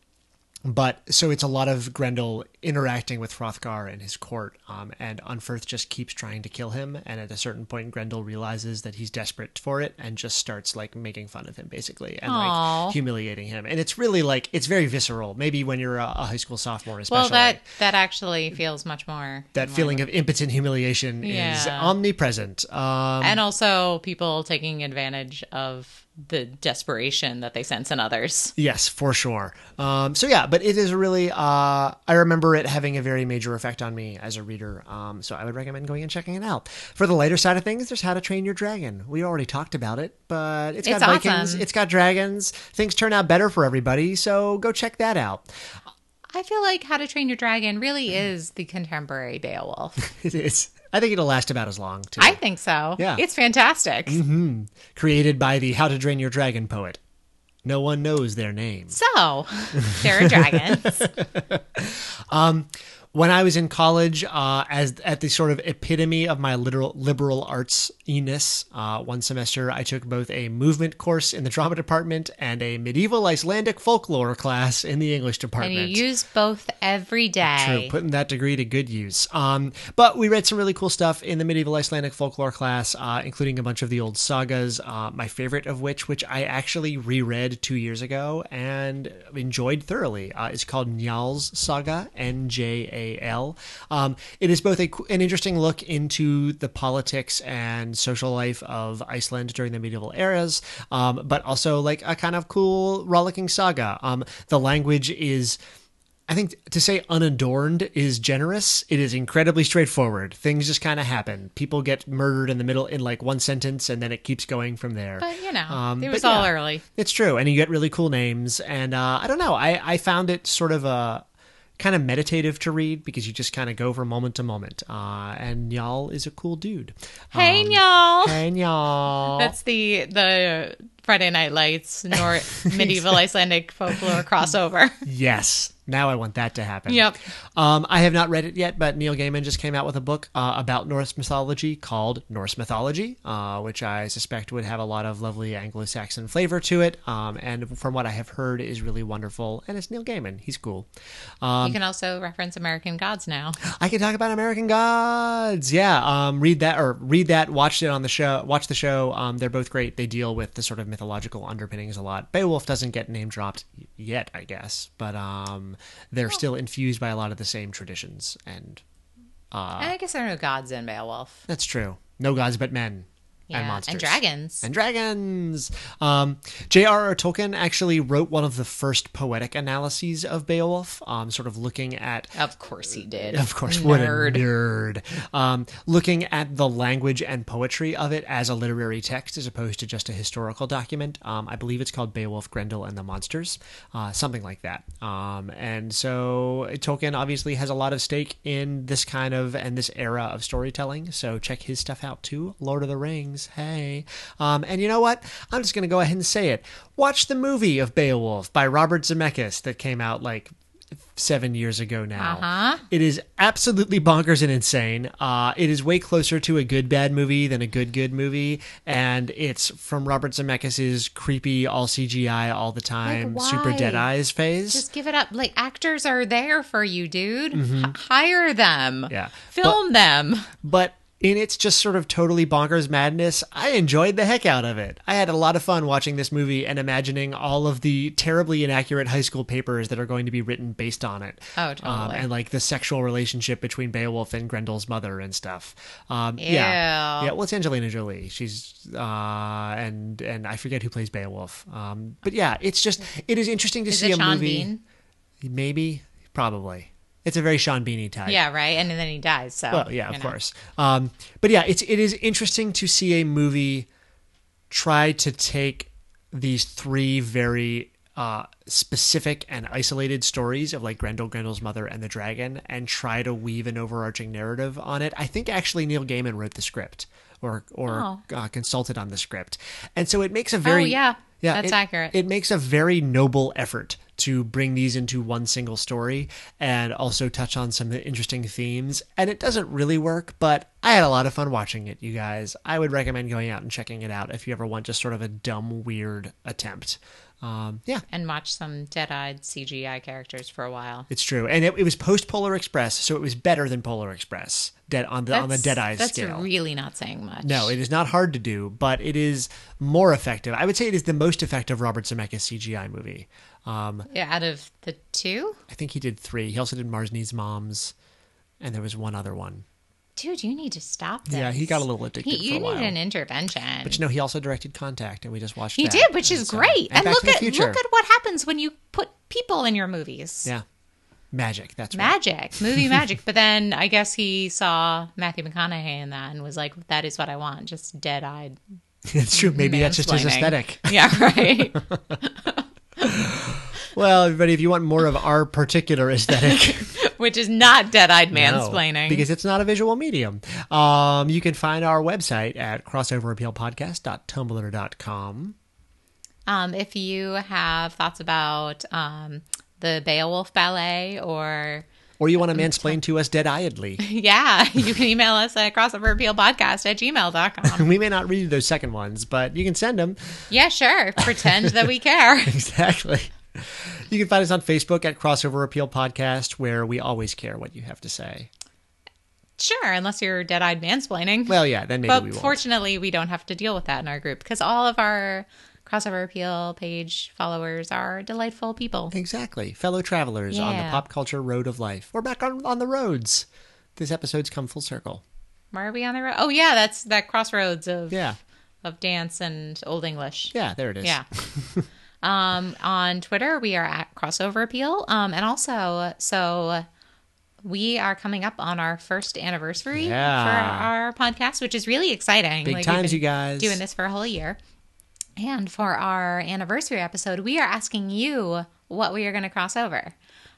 S1: but so it's a lot of Grendel interacting with Hrothgar and his court, um, and Unferth just keeps trying to kill him. And at a certain point, Grendel realizes that he's desperate for it and just starts like making fun of him basically and
S2: Aw.
S1: like humiliating him. And it's really like it's very visceral. Maybe when you're a, a high school sophomore, especially
S2: well, that that actually feels much more
S1: that feeling of impotent humiliation is
S2: Yeah.
S1: omnipresent. Um,
S2: and also people taking advantage of the desperation that they sense in others.
S1: Yes, for sure. Um, so yeah, but it is really. Uh, I remember it having a very major effect on me as a reader. Um, so I would recommend going and checking it out. For the lighter side of things, there's How to Train Your Dragon. We already talked about it, but it's got
S2: It's
S1: Vikings,
S2: awesome.
S1: it's got dragons. Things turn out better for everybody, so go check that out.
S2: I feel like How to Train Your Dragon really
S1: Mm-hmm.
S2: is the contemporary Beowulf.
S1: It is. I think it'll last about as long too.
S2: I think so.
S1: Yeah. Mm-hmm.
S2: It's fantastic.
S1: Created by the How to Train Your Dragon poet. No one knows their name.
S2: So, there are dragons.
S1: when I was in college, uh, as at the sort of epitome of my literal liberal arts eness, uh, one semester I took both a movement course in the drama department and a medieval Icelandic folklore class in the English
S2: and
S1: department.
S2: you use both every
S1: True,
S2: day.
S1: putting that degree to good use. Um, but we read some really cool stuff in the medieval Icelandic folklore class, uh, including a bunch of the old sagas. Uh, my favorite of which, which I actually reread two years ago and enjoyed thoroughly, uh, is called Njal's Saga, N J A L. Um, it is both a, qu- an interesting look into the politics and social life of Iceland during the medieval eras, um, but also like a kind of cool, rollicking saga. Um, the language is. I think to say unadorned is generous. It is incredibly straightforward. Things just kind of happen. People get murdered in the middle in like one sentence, and then it keeps going from there.
S2: But, you know,
S1: Um,
S2: it
S1: but
S2: was all
S1: yeah.
S2: early.
S1: It's true, and you get really cool names. And uh, I don't know. I I found it sort of a kind of meditative to read because you just kind of go from moment to moment. Uh, and Nyal is a cool dude.
S2: Hey,
S1: Um,
S2: y'all.
S1: Hey, Nyal.
S2: That's the the Friday Night Lights, nor medieval Icelandic folklore crossover.
S1: Yes. Now I want that to happen.
S2: Yep.
S1: Um, I have not read it yet, but Neil Gaiman just came out with a book uh, about Norse mythology called Norse Mythology, uh, which I suspect would have a lot of lovely Anglo-Saxon flavor to it. Um, and from what I have heard, is really wonderful. And it's Neil Gaiman. He's cool. Um,
S2: you can also reference American Gods now.
S1: I can talk about American Gods. Yeah, um, read that or read that. Watched it on the show. Watch the show. Um, they're both great. They deal with the sort of mythological underpinnings a lot. Beowulf doesn't get name dropped y- yet, I guess, but um, they're still infused by a lot of the same traditions, and Uh,
S2: and I guess there are no gods in Beowulf.
S1: that's true. No gods but men
S2: Yeah.
S1: and monsters
S2: dragons.
S1: and dragons. Um, J.R.R. Tolkien actually wrote one of the first poetic analyses of Beowulf, um, sort of looking at
S2: of course he did.
S1: Of course, what a
S2: Nerd.
S1: nerd. Um, looking at the language and poetry of it as a literary text as opposed to just a historical document. Um, I believe it's called Beowulf, Grendel, and the Monsters, uh, something like that. Um, and so Tolkien obviously has a lot of stake in this kind of and this era of storytelling. So check his stuff out too. Lord of the Rings, hey. Um, and you know what? I'm just going to go ahead and say it. Watch the movie of Beowulf by Robert Zemeckis that came out like seven years ago now.
S2: Uh-huh.
S1: It is absolutely bonkers and insane. Uh, it is way closer to a good bad movie than a good good movie, and it's from Robert Zemeckis's creepy all CGI all the time
S2: Like,
S1: super
S2: why?
S1: dead eyes phase.
S2: Just give it up. Like actors are there for you, dude. H- hire them.
S1: Mm-hmm. Yeah.
S2: Film them.
S1: but in its just sort of totally bonkers madness, I enjoyed the heck out of it. I had a lot of fun watching this movie and imagining all of the terribly inaccurate high school papers that are going to be written based on it. Um,
S2: Oh, totally.
S1: and like the sexual relationship between Beowulf and Grendel's mother and stuff. Um, yeah,
S2: Ew.
S1: yeah. Well, it's Angelina Jolie. She's uh, and and I forget who plays Beowulf. Um, but yeah, it's just it is interesting to
S2: Is
S1: see
S2: it
S1: a
S2: Sean
S1: movie.
S2: Bean?
S1: Maybe, probably. It's a very Sean Beanie type.
S2: Yeah, right. And then he dies. So
S1: Well, yeah,
S2: you
S1: of
S2: know.
S1: course. Um, but yeah, it's it is interesting to see a movie try to take these three very uh, specific and isolated stories of like Grendel, Grendel's mother, and the dragon, and try to weave an overarching narrative on it. I think actually Neil Gaiman wrote the script or or uh, consulted on the script, and so it makes a very
S2: Oh. yeah.
S1: yeah
S2: That's
S1: it-
S2: accurate.
S1: It makes a very noble effort to bring these into one single story and also touch on some interesting themes. And it doesn't really work, but I had a lot of fun watching it, you guys. I would recommend going out and checking it out if you ever want just sort of a dumb, weird attempt. Um, yeah,
S2: And watch some dead-eyed CGI characters for a while.
S1: it's true. And it, it was post Polar Express, so it was better than Polar Express dead on the on the
S2: That's-
S1: dead eye
S2: That's
S1: scale.
S2: really not saying much.
S1: No, it is not hard to do, but it is more effective. I would say it is the most effective Robert Zemeckis CGI movie. Um,
S2: Yeah, out of the two,
S1: I think he did three. He also did Mars Needs Moms, and there was one other one.
S2: dude, you need to stop this.
S1: Yeah, he got a little addicted
S2: He-
S1: for
S2: you
S1: a while.
S2: need an intervention.
S1: But you know, he also directed Contact, and we just watched.
S2: he
S1: that.
S2: did, which is
S1: And so-
S2: great. And,
S1: Back
S2: look
S1: to the
S2: at
S1: Future.
S2: look at what happens when you put people in your movies.
S1: yeah, magic. That's right.
S2: Magic, movie magic. But then I guess he saw Matthew McConaughey in that and was like, "That is what I want." Just dead-eyed.
S1: it's true. Maybe that's just his
S2: mansplaining.
S1: aesthetic.
S2: Yeah, right.
S1: Well, everybody, if you want more of our particular aesthetic,
S2: which is not dead-eyed
S1: No,
S2: mansplaining.
S1: because it's not a visual medium. Um, you can find our website at crossoverappealpodcast.tumblr.com.
S2: Um, if you have thoughts about um, the Beowulf ballet or
S1: Or you want to mansplain to us dead-eyedly.
S2: yeah, you can email us at crossoverappealpodcast at gmail.com.
S1: we may not read those second ones, but you can send them.
S2: Yeah, sure. Pretend that we care.
S1: Exactly. You can find us on Facebook at Crossover Appeal Podcast, where we always care what you have to say.
S2: Sure, unless you're dead eyed mansplaining.
S1: Well, yeah, then maybe
S2: but
S1: we won't.
S2: fortunately, we don't have to deal with that in our group because all of our crossover appeal page followers are delightful people.
S1: exactly. Fellow travelers on the
S2: Yeah.
S1: pop culture road of life. We're back on, on the roads. This episode's come full circle.
S2: Where are we on the road? Oh, yeah, that's that crossroads of,
S1: Yeah.
S2: of dance and Old English.
S1: Yeah, there it is.
S2: Yeah. um, on Twitter, we are at Crossover Appeal. Um, and also, so we are coming up on our first anniversary
S1: Yeah.
S2: for our podcast, which is really exciting.
S1: Big
S2: we've
S1: times, you
S2: been
S1: guys.
S2: Doing this for a whole year. And for our anniversary episode, we are asking you what we are going to cross over.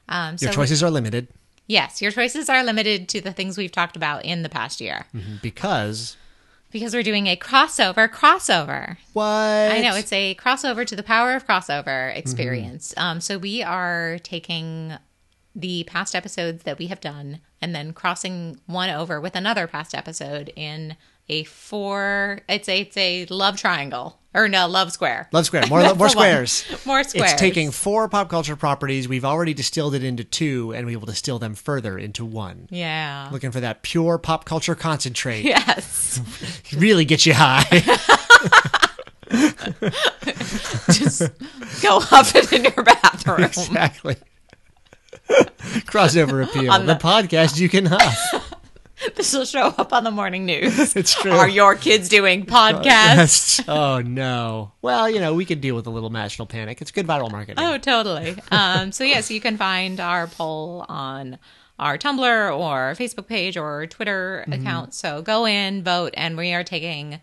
S2: Um,
S1: Your
S2: so
S1: choices are limited
S2: yes, your choices are limited to the things we've talked about in the past year
S1: Mm. because
S2: because we're doing a crossover crossover.
S1: what?
S2: I know it's a crossover to the power of crossover experience.
S1: Mm-hmm.
S2: Um, so we are taking the past episodes that we have done and then crossing one over with another past episode in a four. It's a it's a love triangle or no love square.
S1: Love square, more
S2: That's
S1: more
S2: the one.
S1: squares.
S2: More squares.
S1: It's taking four pop culture properties. We've already distilled it into two, and we will distill them further into one.
S2: Yeah.
S1: Looking for that pure pop culture concentrate.
S2: Yes.
S1: Really get you high.
S2: Just go huff it in your bathroom.
S1: exactly. Crossover appeal. the, podcast you can huff.
S2: This will show up on the morning news.
S1: It's true.
S2: Are your kids doing podcasts?
S1: oh no. Well, you know, we can deal with a little national panic. It's good viral marketing.
S2: Oh, totally. Um, so yes, you can find our poll on our Tumblr or Facebook page or Twitter account. So go in, vote, and we are taking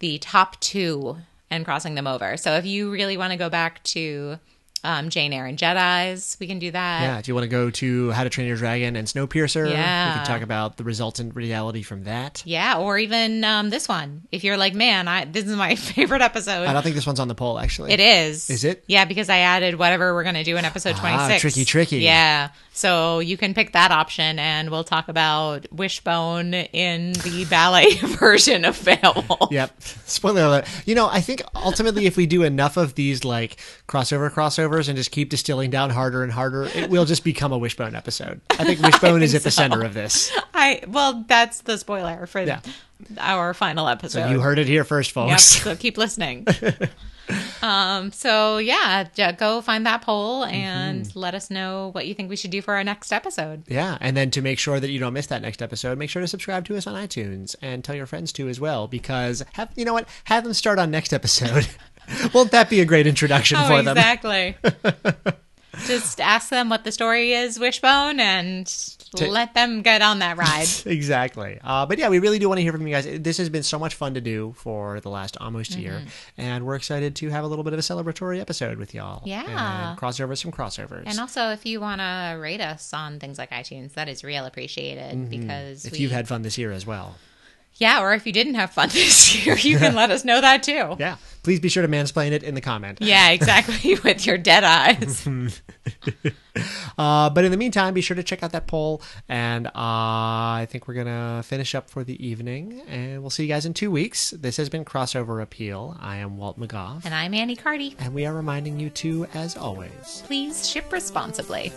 S2: the top two and crossing them over. So if you really want to go back to um, Jane Eyre and Jedi's, we can do that.
S1: Yeah, do you want to go to How to Train Your Dragon and Snowpiercer? We
S2: Yeah.
S1: can talk about the resultant reality from that.
S2: Yeah, or even um, this one. If you're like, man, I this is my favorite episode.
S1: I don't think this one's on the poll, actually.
S2: It is.
S1: Is it? Ah,
S2: Yeah, because I added whatever we're going to do in episode 26.
S1: tricky, tricky.
S2: Yeah. So you can pick that option and we'll talk about Wishbone in the ballet version of Beowulf.
S1: Yep. Spoiler alert. You know, I think ultimately, if we do enough of these like crossover crossovers and just keep distilling down harder and harder, it will just become a Wishbone episode. I think Wishbone is at the center of this.
S2: I well, that's the spoiler for
S1: Yeah.
S2: our final episode.
S1: You heard it here first,
S2: Yep,
S1: folks.
S2: so keep listening. um, so yeah, j- go find that poll and
S1: Mm-hmm.
S2: let us know what you think we should do for our next episode.
S1: Yeah, and then to make sure that you don't miss that next episode, make sure to subscribe to us on iTunes and tell your friends to as well. Because have you know what? Have them start on next episode. Won't that be a great introduction
S2: Oh,
S1: for them?
S2: exactly. Just ask them what the story is, Wishbone, and let them get on that ride.
S1: exactly. Uh, but yeah, we really do want to hear from you guys. This has been so much fun to do for the last almost year,
S2: Mm-hmm.
S1: and we're excited to have a little bit of a celebratory episode with y'all.
S2: Yeah.
S1: and crossovers from crossovers.
S2: and also, if you want to rate us on things like iTunes, that is real appreciated because
S1: Mm-hmm. if
S2: we,
S1: you've had fun this year as well,
S2: yeah, or if you didn't have fun this year, you can let us know that too. Yeah,
S1: yeah, please be sure to mansplain it in the comment.
S2: exactly, with your dead eyes.
S1: Uh, but in the meantime, be sure to check out that poll, and uh, I think we're gonna finish up for the evening, and we'll see you guys in two weeks. This has been Crossover Appeal. I am Walt McGough,
S2: and I'm Annie Cardi.
S1: and we are reminding you to, as always.
S2: Please ship responsibly.